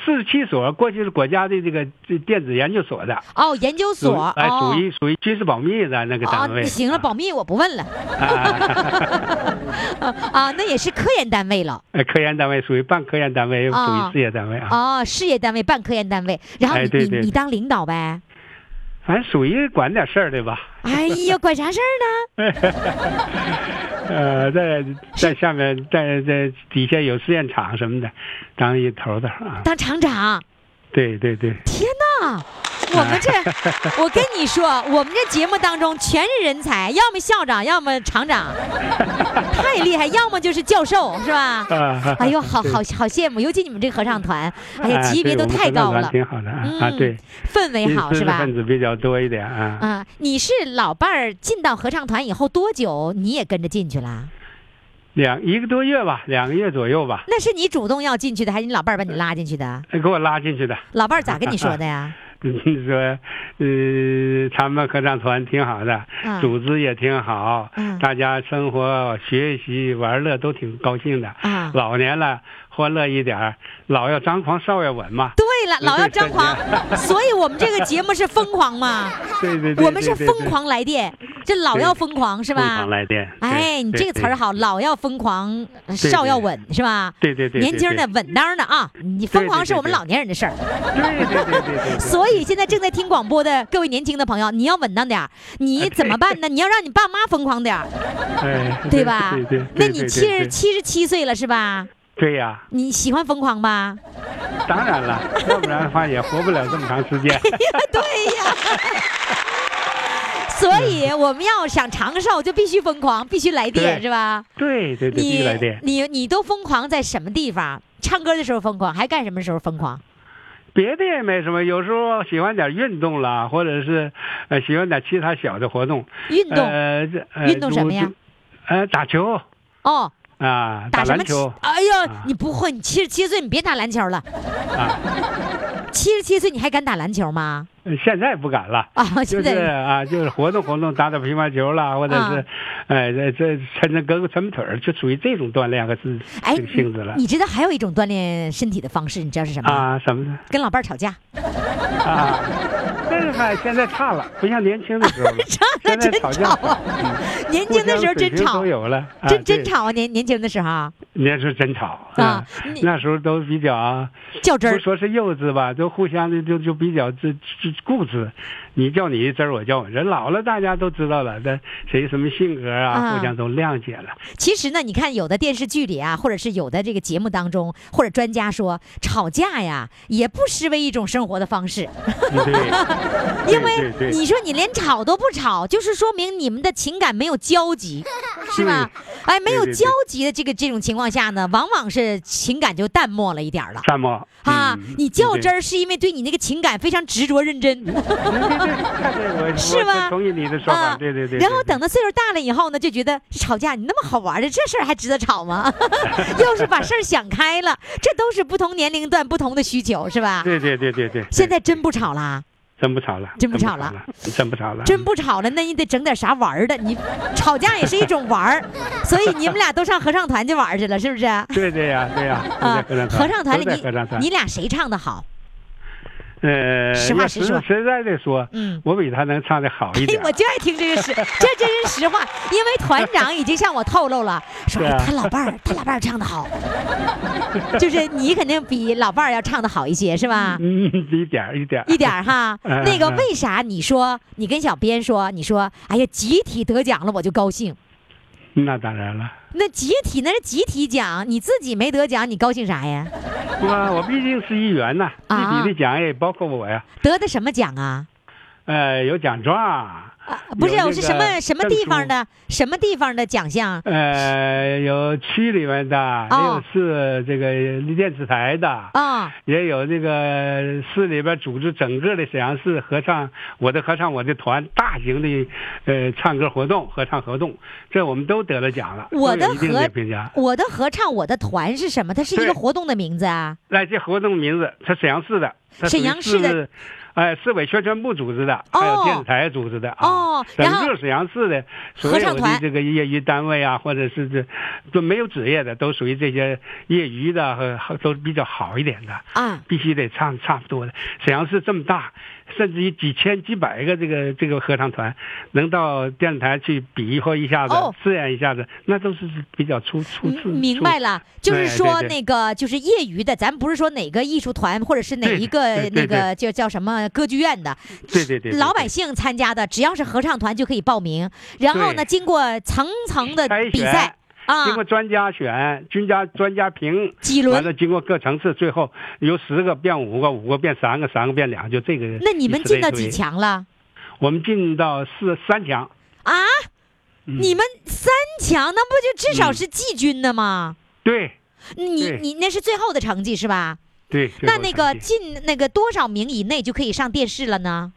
J: 四十七所，过去是国家的这个这电子研究所的，
B: 哦，研究
J: 属
B: 所
J: 哎，
B: 哦
J: 属。于属于军事保密的那个
B: 哦
J: 单，位。啊
B: 那行了，保密我不 问了。啊，那也是科研单位了。
J: 哎，科研单位属于半科研单位，又属
B: 啊
J: 于事业单位啊，
B: 哦，事业单位、半科研单位，然后你
J: 哎对
B: 你
J: 对
B: 你
J: 对
B: 当领导呗。
J: 反正属于管点事儿的吧。
B: 哎呀，管啥事儿呢？
J: 呃，在在下面，在在底下有试验场什么的，当一头的啊。
B: 当厂长。
J: 对对对，
B: 天哪！我们 这，我跟你说，我们这节目当中全是人才，要么校长，要么 厂长，太厉害，要么就是教授，是吧？
J: 啊，
B: 哎呦，好
J: 对
B: 好好羡慕，尤其你们这个合唱团，哎呀，
J: 啊
B: 级别
J: 对
B: 都
J: 我们
B: 太
J: 合唱
B: 高
J: 团
B: 了，
J: 挺好的啊
B: 嗯
J: 啊，对，
B: 氛围好
J: 知
B: 是
J: 识
B: 吧
J: 分？子比较多一点啊。
B: 啊，你是老伴儿进到合唱团以后多久，你也跟着进去啦？
J: 两一个多月吧，两个月左右吧，
B: 那是你主动要进去的，还是你老伴儿把你拉进去的？
J: 给我拉进去的。
B: 老伴儿咋跟你说的呀？
J: 你说，呃，他们合唱团挺好的，
B: 嗯
J: 组织也挺好，
B: 嗯
J: 大家生活、学习、玩乐都挺高兴的。
B: 啊
J: 老年了，欢乐一点儿，老要张狂，少要稳嘛。
B: 对了，老要张狂， 所以我们这个节目是疯狂嘛？
J: 对对对，
B: 我们是
J: 对
B: 疯，狂来电，这老要疯狂是
J: 对对疯
B: 吧
J: 狂？来电。对
B: 哎，你这个词儿，好，老要疯狂，少要稳是吧？
J: 对对对对对
B: 年轻的稳当的啊，你疯狂是我们老年人的事儿。
J: 对对对对对对对对。
B: 所以现在正在听广播的各位年轻的朋友，你要稳当点儿，你怎么办呢？你要让你爸妈疯狂点儿，
J: 哎，
B: 对吧
J: 对对。？
B: 那
J: 对
B: 你
J: 对
B: 七
J: 对
B: 十
J: 对
B: 七十七岁了是吧？
J: 对呀，
B: 你喜欢疯 狂吧？
J: 当然了，要不然的话也活不了这么长时 间。
B: 对呀。所以我们要想长寿，就必须疯狂，必须来电，
J: 对
B: 是吧？
J: 对对对，必须来
B: 你
J: 电。
B: 你你都疯狂在什么地方？唱歌的时候疯狂，还干什么时候疯狂？
J: 别的也没什么，有时候喜欢点运动啦，或者是呃喜欢点其他小的活动。
B: 运动、
J: 呃，这呃
B: 运动什么呀？
J: 如呃，打球
B: 哦，
J: 啊，
B: 打什
J: 篮
B: 么棋
J: 球？
B: 哎呦，
J: 啊
B: 你不会，你七十七岁，你别打篮球了。
J: 啊，
B: 七十七岁你还敢打篮球吗？
J: 呃现在不敢了。
B: 啊，
J: 就
B: 现
J: 是
B: 在
J: 啊，就是活动活动，打打乒乓球啦，或者是
B: 啊，
J: 哎，这这抻抻胳膊、抻腿儿，就属于这种锻炼和是
B: 哎，
J: 这个性质了
B: 你知道还有一种锻炼身体的方式，你知道是什么吗？
J: 啊，什么的
B: 跟老伴儿吵架，，
J: 啊，这个吧，现在差了，不像年轻的时候了
B: 吵
J: 现在
B: 真
J: 吵
B: 吵
J: 架，
B: 啊！ 年轻的时候
J: 互相水
B: 真
J: 平
B: 吵
J: 都，有了，啊
B: 真
J: 对
B: 真吵啊！年年轻的时候啊
J: 那是真吵
B: 啊
J: 啊！
B: 你
J: 那时候都比较，
B: 较真
J: 不
B: 儿，
J: 说是幼稚吧，都互相的就就比较这这固执，你叫你一针儿，我叫我一针儿。老了大家都知道了，但谁什么性格
B: 啊
J: 啊，互相都谅解了。
B: 其实呢，你看有的电视剧里啊，或者是有的这个节目当中，或者专家说，吵架呀也不失为一种生活的方式，
J: 嗯 对，
B: 因为
J: 对对对
B: 你说你连吵都不吵，就是说明你们的情感没有 交集，是吧？哎，没有
J: 对对
B: 交集的这个这种情况下呢，往往是情感就淡漠了一点儿了。
J: 沙漠嗯
B: 啊，你较真
J: 儿，
B: 儿是因为对你那个情感非常执着认真，
J: 对对对，看对我
B: 是吧
J: 我同意你的嗯说
B: 啊
J: 法，，对对对。
B: 然后
J: 对
B: 等到岁数大了以后呢，就觉得吵架你那么好玩的这事儿还值得吵 吗？要是把事儿想开了，这都是不同年龄段不同的需求，是吧？
J: 对对对对对，
B: 现在真不吵啦，
J: 真不吵了，
B: 真不吵了
J: 了，真不吵了，
B: 真不吵了，那你得整点啥玩儿的。你吵架也是一种 玩儿，所以你们俩都上合唱团去玩儿去了，是不是？啊，
J: 对对呀对呀，都在
B: 合唱团里
J: 都在合唱团
B: 你你俩谁唱的好？
J: 呃，
B: 实话
J: 要
B: 实说哎
J: 实在的说，
B: 嗯
J: 我比他能唱的好一
B: 嘿，
J: 点
B: 我。就爱听这 个实，这真是实话，因为团长已经向我透露了，说
J: 对啊
B: 哎他老 伴儿，他老伴儿唱的好，就是你肯定比老伴儿要唱的好一些，是吧？
J: 嗯，一点儿一点儿
B: 一点儿哈，
J: 嗯
B: 那个
J: 嗯
B: 为啥你说你跟小编说，你说哎呀集体得奖了我就高兴，
J: 那当然了，
B: 那集体那是集体奖，你自己没得奖你高兴啥呀？
J: 我我毕竟是议员呐，
B: 啊
J: 具体的奖也包括我呀，
B: 得的什么奖啊？
J: 呃，有奖状，
B: 啊，不是，
J: 有那
B: 我
J: 个
B: 是什么什么地方的什么地方的奖项？
J: 呃，有区里面的，也有
B: 哦
J: 市这个电视台的，
B: 啊、
J: 也有这个市里边组织整个的沈阳市合唱我的合唱我的团大型的呃唱歌活动合唱活动，这我们都得了奖了，
B: 我的
J: 都有一定的
B: 合
J: 评价。
B: 我的合唱我的团是什么？它是一个
J: 对
B: 活动的名字啊。
J: 那这活动名字，它沈阳市的，它
B: 沈
J: 属于
B: 阳市的
J: 市，哎、市委宣传部组织的，还
B: 哦
J: 有电视台组织的啊，
B: 哦
J: 整
B: 然后
J: 个沈阳市的所
B: 合唱
J: 有的
B: 团
J: 这个业余单位啊，或者是这就没有职业的，都属于这些业余的和和都比较好一点的
B: 啊，
J: 必须得唱差不多的。沈阳市这么大，甚至于几千几百个这个这个合唱团，能到电视台去比划一下子、
B: 哦
J: 试验一下子，那都是比较出出
B: 嗯
J: 出。
B: 明白
J: 出
B: 了，就是
J: 对
B: 说
J: 对对
B: 那个就是业余的，咱不是说哪个艺术团或者是哪
J: 对
B: 一个
J: 对对
B: 那个就叫什么歌剧院的，
J: 对对对对
B: 老
J: 对
B: 百姓参加的，只要是合唱团就可以报名，然后呢，
J: 对
B: 经过层层的
J: 筛选
B: 比赛啊
J: 经，过专家选、专家专家评，
B: 几
J: 完
B: 轮。
J: 了经过各层次，最后由十个变五个，五个变三个，三个变两个，就这个。
B: 那你们
J: 以此
B: 进
J: 类
B: 到
J: 推
B: 几？强了
J: 我们进到四三强。
B: 啊？
J: 嗯
B: 你们三强，那不就至少
J: 嗯
B: 是季军的吗？
J: 对
B: 你
J: 对
B: 你那是最后的成绩是吧？
J: 对。最
B: 那
J: 后
B: 那
J: 成
B: 个
J: 绩
B: 进那个多少名以内就可以上电视了呢？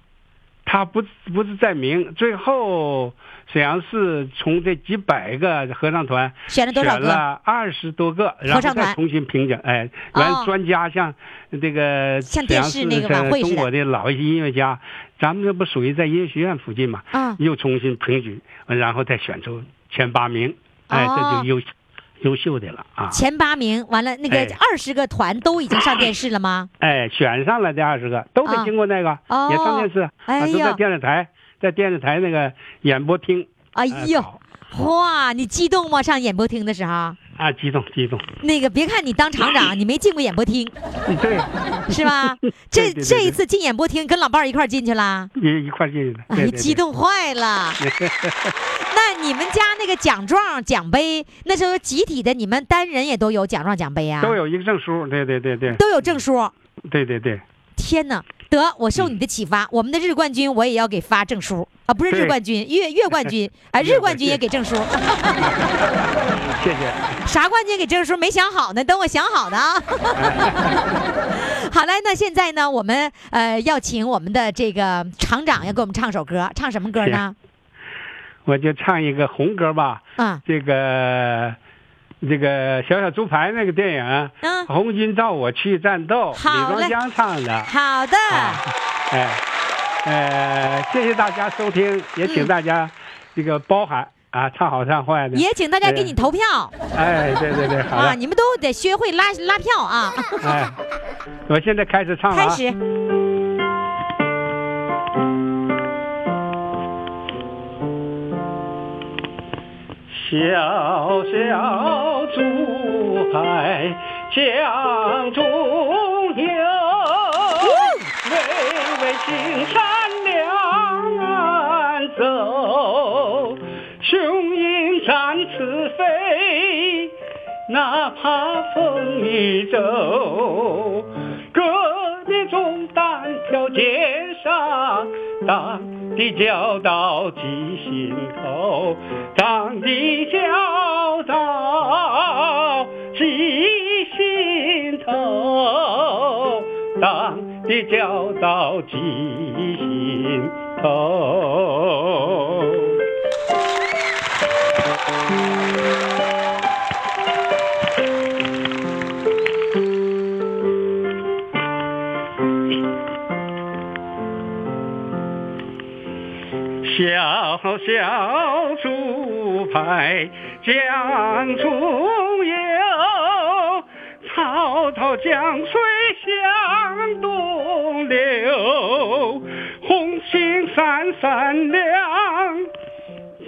J: 他不不是在明，最后沈阳市从这几百个合唱团
B: 选了多少
J: 选
B: 个？
J: 了二十多个，然
B: 合
J: 后
B: 唱团
J: 再重新评奖。哎，
B: 哦
J: 原专家像这个
B: 像电视那个晚会似的
J: 中国的老一些音乐家，咱们这不属于在音乐学院附近嘛？
B: 啊
J: 又重新评举，然后再选出前八名，哎，
B: 哦
J: 这就优
K: 优秀的了啊。
B: 前八名，完了那个
K: 哎
B: 二十个团都已经上电视了吗？
K: 哎，选上了这二十个都得经过那个，
B: 啊
K: 也上电视，
B: 哎
K: 啊，都
B: 呀
K: 在电视台，在电视台那个演播厅
B: 哎
K: 哎
B: 呦
K: 好，
B: 哇，你激动吗？上演播厅的时候，
K: 啊，激动激 动，
B: 那个别看你当厂长，你没进过演播厅
K: 对，
B: 是吧？这
K: 对对对
B: 这一次进演播厅，跟老伴儿一块儿进去啦。
K: 一一块进去的，对
B: 哎，
K: 对对
B: 激动 坏了！那你们家那个奖状、奖杯，那时候集体的，你们单人也都有奖状、奖杯啊，
K: 都有一个证书，对对对对
B: 都有证书。
K: 对对对，
B: 天哪，得我受你的启发，我们的日冠军我也要给发证书啊，不是日
K: 嗯对
B: 冠军，月月冠 军啊，
K: 月
B: 日
K: 冠
B: 冠军也给证书，
K: 谢谢，
B: 啥冠军给证书没想好呢，等我想 好呢啊。好嘞，那现在呢，我们呃要请我们的这个厂长要给我们唱首歌，唱什么歌呢？
K: 我就唱一个红歌吧，
B: 啊
K: 这个这个小小猪排那个电影，啊
B: 嗯
K: 红军到我去战斗，李
B: 好嘞
K: 庄江唱的，
B: 好的，
K: 啊，哎，呃，谢谢大家收听，也请大家这个包涵、啊，唱好唱坏的，
B: 嗯也请大家给你投票。
K: 哎，对对对，好
B: 啊，
K: 的，
B: 你们都得学会拉拉票 啊！
K: 哎，我现在开始唱了、
B: 开
K: 啊，
B: 始，
K: 小小竹排江中游，巍巍青山两岸走，雄鹰展翅飞，哪怕风雨骤。哥的重担挑肩上，党的教导记心头，党的教导记心头，党的教导记心头。小小竹排江中游，滔滔江水向东流，红星闪闪亮，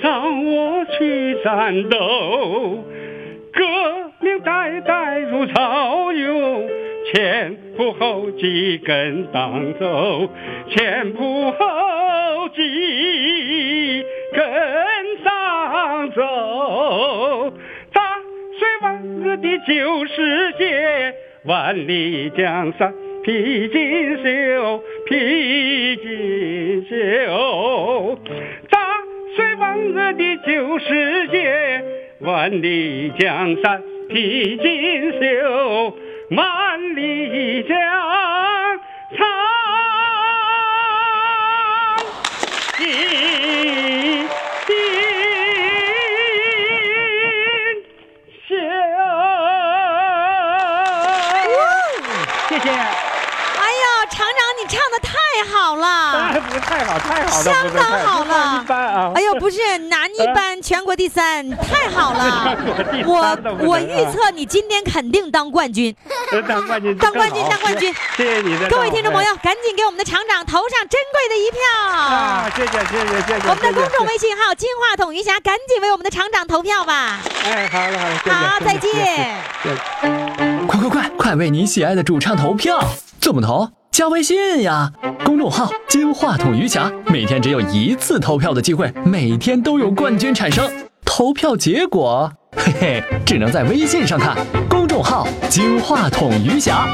K: 让我去战斗。革命代代如潮涌，前仆后继跟党走，前仆后继跟党走。大水万恶的旧世界，万里江山披锦绣，披锦绣。大水万恶的旧世界，万里江山披锦绣，万里江山披锦绣。谢谢，
B: 哎呀，厂长你唱的太好了，
K: 不是太好，太好了，不
B: 相
K: 是
B: 当
K: 太
B: 好了
K: 一。般啊。
B: 哎呦，不是男一班全国第三，太好了！
K: 我
B: 我我预测你今天肯定当冠 军，
K: 当冠军，
B: 当冠军，当冠军！
K: 谢谢你的，
B: 各位听众朋友，赶紧给我们的厂长投上珍贵的一
K: 啊，
B: 票！
K: 谢谢谢谢谢谢，
B: 我们的公众微信号“金话筒余霞”，赶紧为我们的厂长投票 吧！
K: 哎，好了好了，
B: 好，再见。
E: 快快快，快为你喜爱的主唱投票！怎么投？加微信呀，公众号“金话筒余霞”，每天只有一次投票的机会，每天都有冠军产生。投票结果，嘿嘿，只能在微信上看。公众号“金话筒余霞”。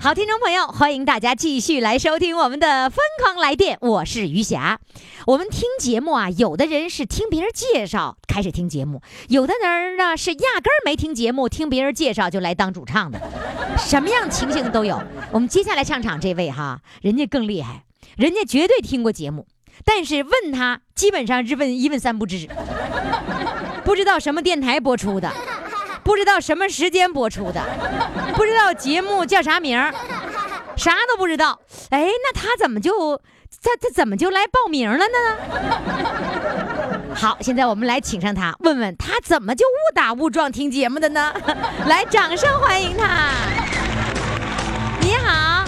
B: 好，听众朋友，欢迎大家继续来收听我们的《疯狂来电》，我是余霞。我们听节目啊，有的人是听别人介绍开始听节目，有的人呢是压根儿没听节目，听别人介绍就来当主唱的，什么样情形都有。我们接下来上场这位哈，人家更厉害，人家绝对听过节目，但是问他基本上是问一问三不知， 不知道什么电台播出的，不知道什么时间播出的。不知道节目叫啥名儿，啥都不知道。哎，那他怎么就他他怎么就来报名了呢？好，现在我们来请上他，问问他怎么就误打误撞听节目的呢？来，掌声欢迎他。你好，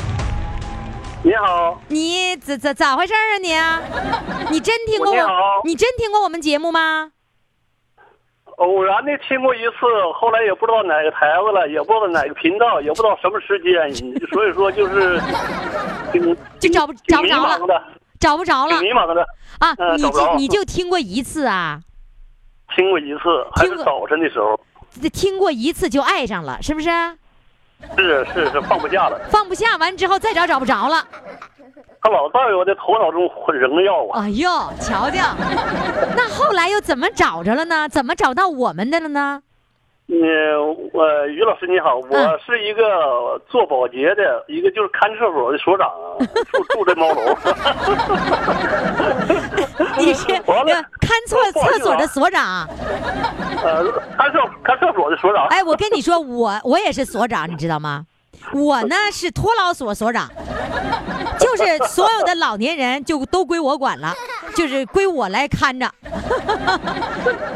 L: 你好，
B: 你怎怎咋回事儿啊你啊？你真听过
L: 我你好
B: 我？你真听过我们节目吗？
L: 偶然的听过一次，后来也不知道哪个台子了，也不知道哪个频道，也不知道什么时间，所以说 就是挺
B: 就找不
L: 挺
B: 找不
L: 迷
B: 着
L: 茫
B: 了，
L: 的，
B: 找不着了
L: 挺迷茫的。
B: 啊！
L: 嗯呃
B: 你
L: 找不着
B: 就
L: 了
B: 你就听过一次啊？
L: 听过一次，还
B: 听
L: 是
B: 过
L: 早晨的时候，
B: 听过一次就爱上了，是不是？
L: 是是是放不下了，
B: 放不下，完之后再找找不着了。
L: 他老在我的头脑中混萦绕啊。
B: 哎呦，瞧瞧，那后来又怎么找着了呢？怎么找到我们的了呢？
L: 嗯，呃，于老师你好，我
B: 嗯
L: 是一个做保洁的，一个就是看厕所的所长，住住在猫楼。
B: 你是
L: 完了
B: 呃看厕
L: 不好意思
B: 厕
L: 啊
B: 所的所长？
L: 呃，看厕看厕所的所长。
B: 哎，我跟你说，我我也是所长，你知道吗？我呢是托老所所长，就是所有的老年人就都归我管了，就是归我来看着。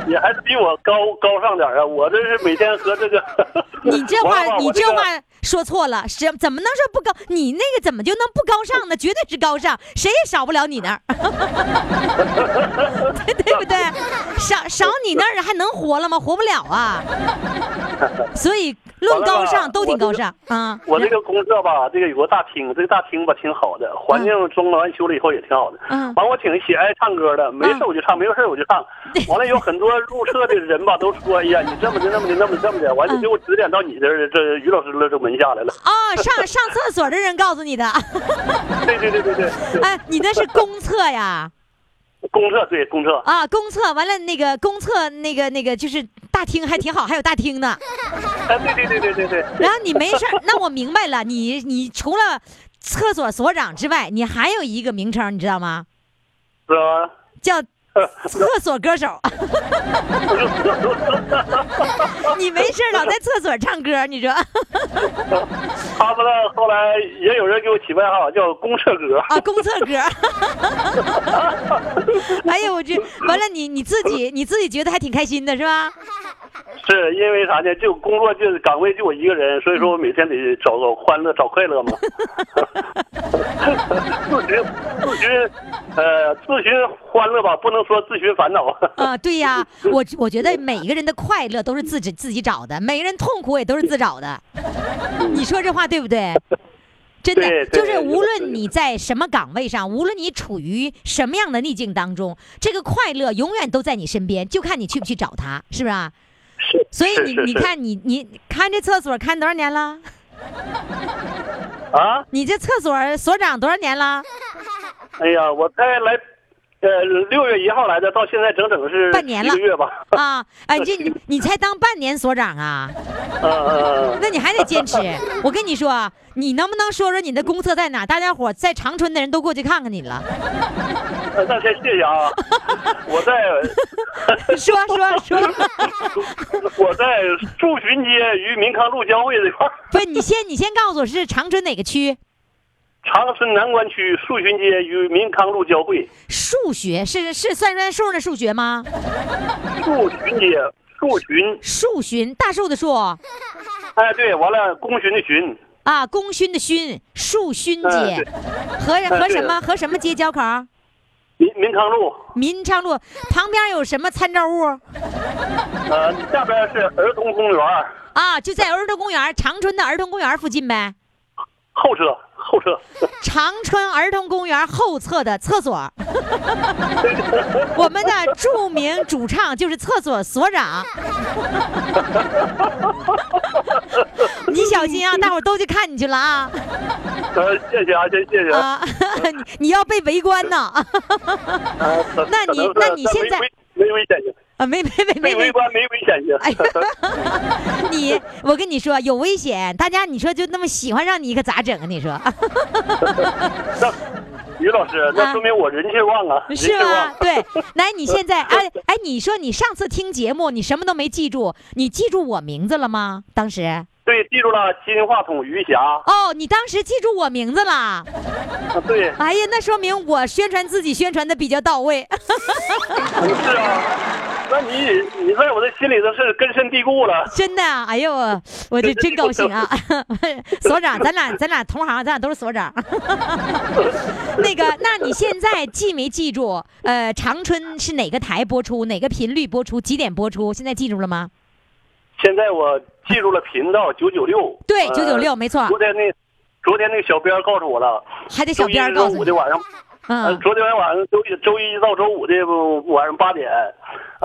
L: 你还是比我高高尚点儿啊！我这是每天和这个，
B: 你这
L: 我把
B: 话，
L: 我
B: 你
L: 这
B: 这
L: 个
B: 话说错了，是怎么能说不高？你那个怎么就能不高尚呢？绝对是高尚，谁也少不了你那儿， 对对 不对？少少你那儿还能活了吗？活不了啊！所以论高
L: 完了
B: 尚
L: 吧
B: 都挺高
L: 我这个
B: 尚啊。
L: 我这个公社吧，这个有个大厅，这个大厅吧挺好的，环境装完修了以后也挺好的。
B: 嗯
L: 完我挺喜爱唱歌的，没事我就唱，没有事我就唱。完了有很多入社的人吧，都说哎呀你这么的那么的那么的这么的，
B: 嗯
L: 完了就给我指点到你这儿这于老师了这门下来了。
B: 啊、上上厕所的人告诉 你的，
L: 对对对对对，对
B: 哎，你那是公厕呀，
L: 公厕对公厕，
B: 啊，公厕完了那个公厕那个那个就是大厅还挺好，还有大厅呢。
L: 哎对对对对对对，
B: 然后你没事儿，那我明白了，你你除了厕所所长之外，你还有一个名称，你知道吗？
L: 是吧？
B: 叫厕所歌 手。你没事儿老在厕所唱歌，你说
L: 他们呢后来也有人给我起外号叫公厕哥。
B: 啊，公厕歌。 哎呀，我这完了，你你自己你自己觉得还挺开心的是吧？
L: 是因为啥呢？就工作就是岗位就我一个人，所以说我每天得找个欢乐，找快乐嘛。 自寻自寻，呃，自寻欢乐吧，不能说自寻烦恼。
B: 啊，对呀，我我觉得每一个人的快乐都是自己自己找的，每个人痛苦也都是自找的。你说这话对不对？真的
L: 对，
B: 就
L: 对
B: 是无论
L: 对
B: 你在什么岗位上，无论你处于什么样的逆境当中，这个快乐永远都在你身边，就看你去不去找它，是不是啊？
L: 是，
B: 所以
L: 是
B: 你
L: 是
B: 你
L: 是
B: 看你你看这厕所看多少年了？
L: 啊，
B: 你这厕所所长多少年了？
L: 哎呀，我才来，呃，六月一号来的，到现在整整是
B: 半年了
L: 一个月吧。
B: 啊，哎，这你你才当半年所长啊？
L: 嗯嗯
B: 那你还得坚持。我跟你说啊，你能不能说说你的公厕在哪？大家伙儿在长春的人都过去看看你了。
L: 嗯，那先谢谢啊。我在
B: 说说说，
L: 我在祝群街与民康路交汇这块儿，
B: 不是你先你先告诉我是长春哪个区？
L: 长春南关区树群街与民康路交汇。
B: 数学是是算算数的数学吗？
L: 树群街，树群，
B: 树巡大树的树
L: 哎，对，完了，功勋的勋，
B: 啊，功勋的勋，树勋
L: 嗯
B: 街，和
L: 嗯
B: 和
L: 对
B: 什么和什么街交口？
L: 民民康路，
B: 民昌路旁边有什么参照物
L: 呃，下边是儿童公园，
B: 啊？就在儿童公园，长春的儿童公园附近呗。
L: 后车，后车，
B: 长春儿童公园后侧的厕所， 我们的著名主唱就是厕所所长。 你小心啊，大伙儿都去看你去了啊！
L: 呃，谢谢啊，谢谢谢，
B: 啊， 你你要被围观呢！
L: 呃可
B: 啊那你
L: 可能是
B: 那你
L: 但
B: 现
L: 没
B: 在
L: 危没危险性，
B: 啊，没没没没
L: 没
B: 没
L: 围，观，没危险性，
B: 哎呀，你我跟你说有危险，大家你说就那么喜欢上你可咋整啊？你说
L: 那 于老师，
B: 啊
L: 那说明我人气旺 啊，人气
B: 是吗
L: 旺？，
B: 对，来你现在哎哎，你说你上次听节目你什么都没记住，你记住我名字了吗？当时？
L: 对记住了，金话筒余 霞。
B: 哦，你当时记住我名字啦？
L: 啊对，
B: 哎呀，那说明我宣传自己宣传的比较到位。
L: 是啊。那你你在我的心里头是根深蒂固了。
B: 真的啊，哎呦，我我这真高兴啊！ 所长，咱俩咱俩同行，咱俩都是所长。 那个，那你现在记没记住？呃，长春是哪个台播出？哪个频率播出？几点播出？现在记住了吗？
L: 现在我记住了频道九九六。
B: 对
L: 呃
B: 996没错
L: 昨天那昨天那个小编儿告诉我了，
B: 还得小
L: 周一
B: 编儿
L: 到
B: 告诉
L: 五
B: 你
L: 的。晚上，呃
B: 嗯，
L: 昨天晚上周一周一到周五的晚上八点，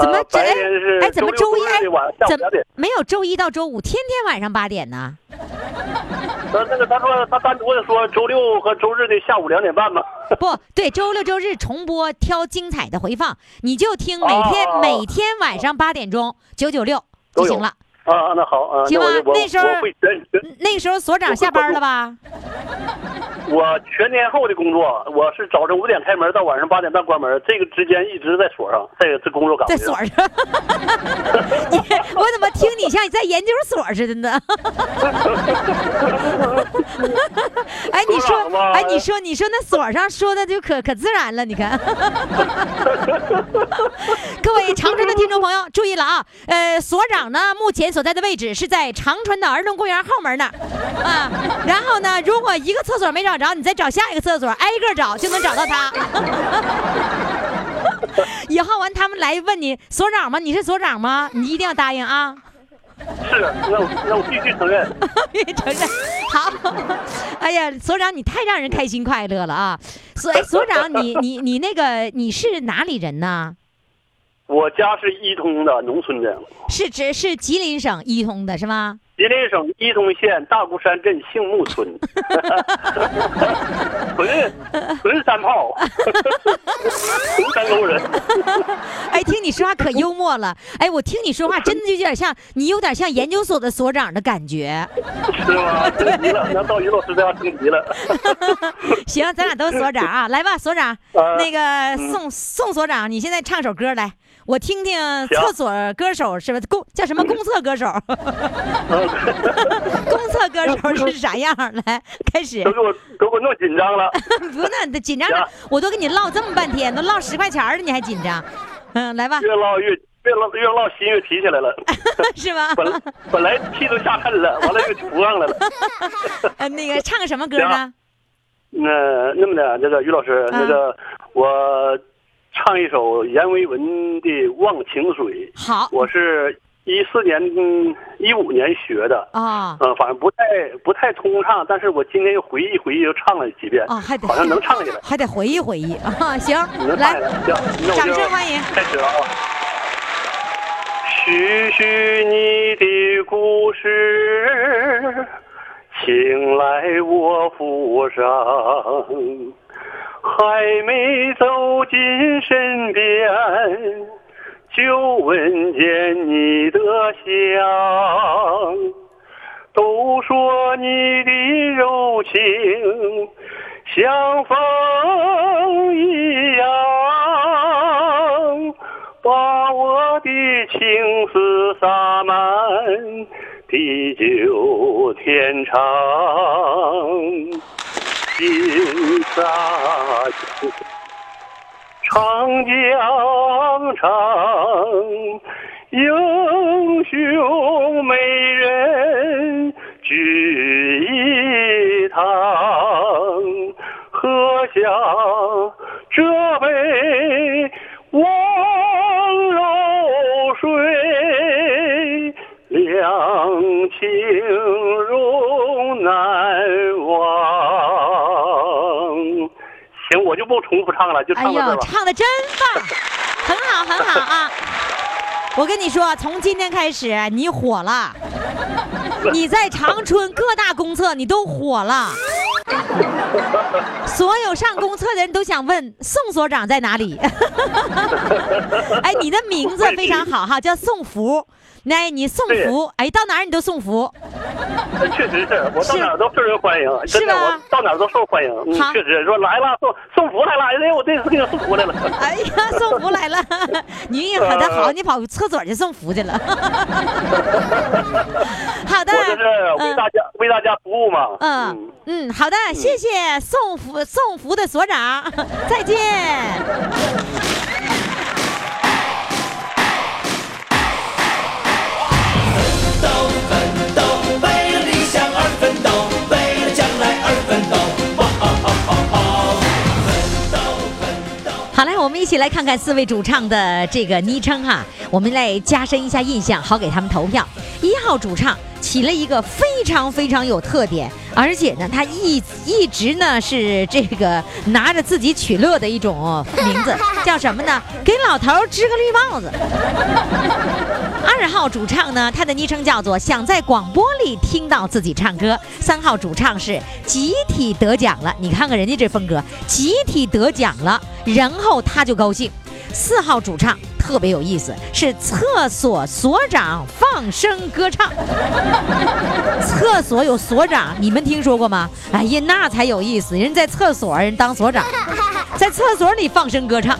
B: 怎么
L: 呃
B: 这
L: 白
B: 哎
L: 天是
B: 哎怎么周
L: 周
B: 一
L: 六周日的晚上
B: 哎
L: 下午
B: 怎
L: 两
B: 么
L: 点。
B: 没有周一到周五天天晚上八点呢？
L: 呃，那个他说他单独的说周六和周日的下午两点半吧。
B: 不对，周六周日重播，挑精彩的回放，你就听每天、
L: 哦
B: 每天晚上八点钟九九六就
L: 都有
B: 行了。
L: 啊，那好啊，
B: 行吧
L: 那我我
B: 那时候
L: 我会全全
B: 那个时候所长下班了吧？
L: 我全天候的工作，我是早晨五点开门到晚上八点半关门，这个之间一直在锁上，这个是工作岗
B: 在
L: 位。
B: 所上， 你我怎么听你像你在研究所似的呢？ 哎，你
L: 所长
B: 说，
L: 嘛
B: 哎，你说，你说那所上说的就可可自然了，你看。 各位长春的听众朋友注意了啊，呃，所长呢目前所在的位置是在长春的儿童公园后门那儿啊，然后呢，如果一个厕所没找着，你再找下一个厕所，挨个找就能找到他。 以后完他们来问你所长吗？你是所长吗？你一定要答应啊！
L: 是，那我那我必须承认。
B: 承认好。哎呀，所长你太让人开心快乐了啊！所哎所长你你你那个你是哪里人呢？
L: 我家是伊通的，农村的，
B: 是指是吉林省伊通的是吗？
L: 吉林省伊通县大孤山镇杏木村，纯纯山炮，纯山沟人。
B: 哎，听你说话可幽默了。哎，我听你说话真的就有点像你有点像研究所的所长的感觉。
L: 是吗？升级了，那到于老师家升级 了。
B: 行，咱俩都是所长啊，来吧，所长，
L: 呃
B: 那个宋宋所长，你现在唱首歌来，我听听厕所歌手是吧？公叫什么公厕歌手？ 公厕歌手是啥样？来，开始
L: 都，给我都给我弄紧张了。
B: 不那你紧张啥
L: 行？
B: 我都跟你唠这么半天，都唠十块钱了，你还紧张？嗯，来吧，
L: 越唠越越唠越唠心越提起来了，
B: 是吧？
L: 本本来气都下沉了，完了又不上来了。
B: 呃，那个唱个什么歌呢？
L: 那那么的，那个于老师，那个我唱一首阎维文的《忘情水》，
B: 好
L: 啊我是一四年一五年学的。
B: 啊
L: 呃，反正不太不太通畅，但是我今天又回忆回忆，又唱了几遍，
B: 啊，还得
L: 好像能唱起来，
B: 还得回忆回忆啊，行
L: 能，唱
B: 来
L: 起。来。行，那我就
B: 掌声欢迎
L: 开始了啊！叙叙你的故事，请来我府上。还没走进身边，就闻见你的香。都说你的柔情像风一样，把我的情思洒满地久天长。金沙江，长江长，英雄美人聚一堂，喝下这杯温柔水，两情永难忘。行，我就不重复唱了，就
B: 哎
L: 唱到这儿
B: 呦，
L: 吧。
B: 唱的真棒，很好，很好啊！我跟你说，从今天开始你 火了，你在长春各大公厕你都火 了，所有上公厕的人都想问宋所长在哪里。 哎，你的名字非常好哈，叫宋福。那你送福，哎，到哪儿你都送福。
L: 确实是我到哪儿都受人欢迎，
B: 是
L: 真的，
B: 吧
L: 我到哪儿都受欢迎。嗯
B: 好，
L: 确实说来了，送送福来了，哎，我这次给你送福来了。
B: 哎呀，送福 来了，你运气可真
L: 啊
B: 好，你跑厕所去送福去了。好的
L: 我，这是为大家、为大家服务嘛。
B: 嗯嗯，好的，谢谢送福送福的所长，再见。
A: 奋斗，为了理想而奋斗，为了将来而奋斗。
B: 好嘞，我们一起来看看四位主唱的这个昵称哈，我们来加深一下印象，好给他们投票。一号主唱起了一个非常非常有特点，而且呢，他一一直呢是这个拿着自己取乐的一种名字，叫什么呢？给老头儿织个绿帽子。二号主唱呢，他的昵称叫做“想在广播里听到自己唱歌”。三号主唱是集体得奖了，你看看人家这风格，集体得奖了，然后他就高兴。四号主唱特别有意思，是厕所所长放声歌唱。 厕所有所长，你们听说过吗？哎呀，那才有意思，人在厕所人当所长，在厕所里放声歌唱。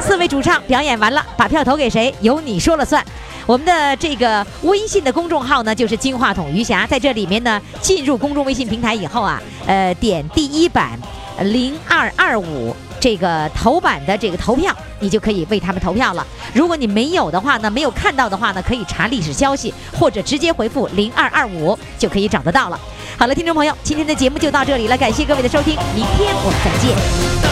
B: 四位主唱表演完了，把票投给谁，由你说了算。我们的这个微信的公众号呢，就是金话筒余霞，在这里面呢，进入公众微信平台以后啊，呃，点第一版零二二五这个头版的这个投票，你就可以为他们投票了。如果你没有的话呢，没有看到的话呢，可以查历史消息，或者直接回复零二二五就可以找得到了。好了，听众朋友，今天的节目就到这里了，感谢各位的收听，明天我们再见。
A: 斗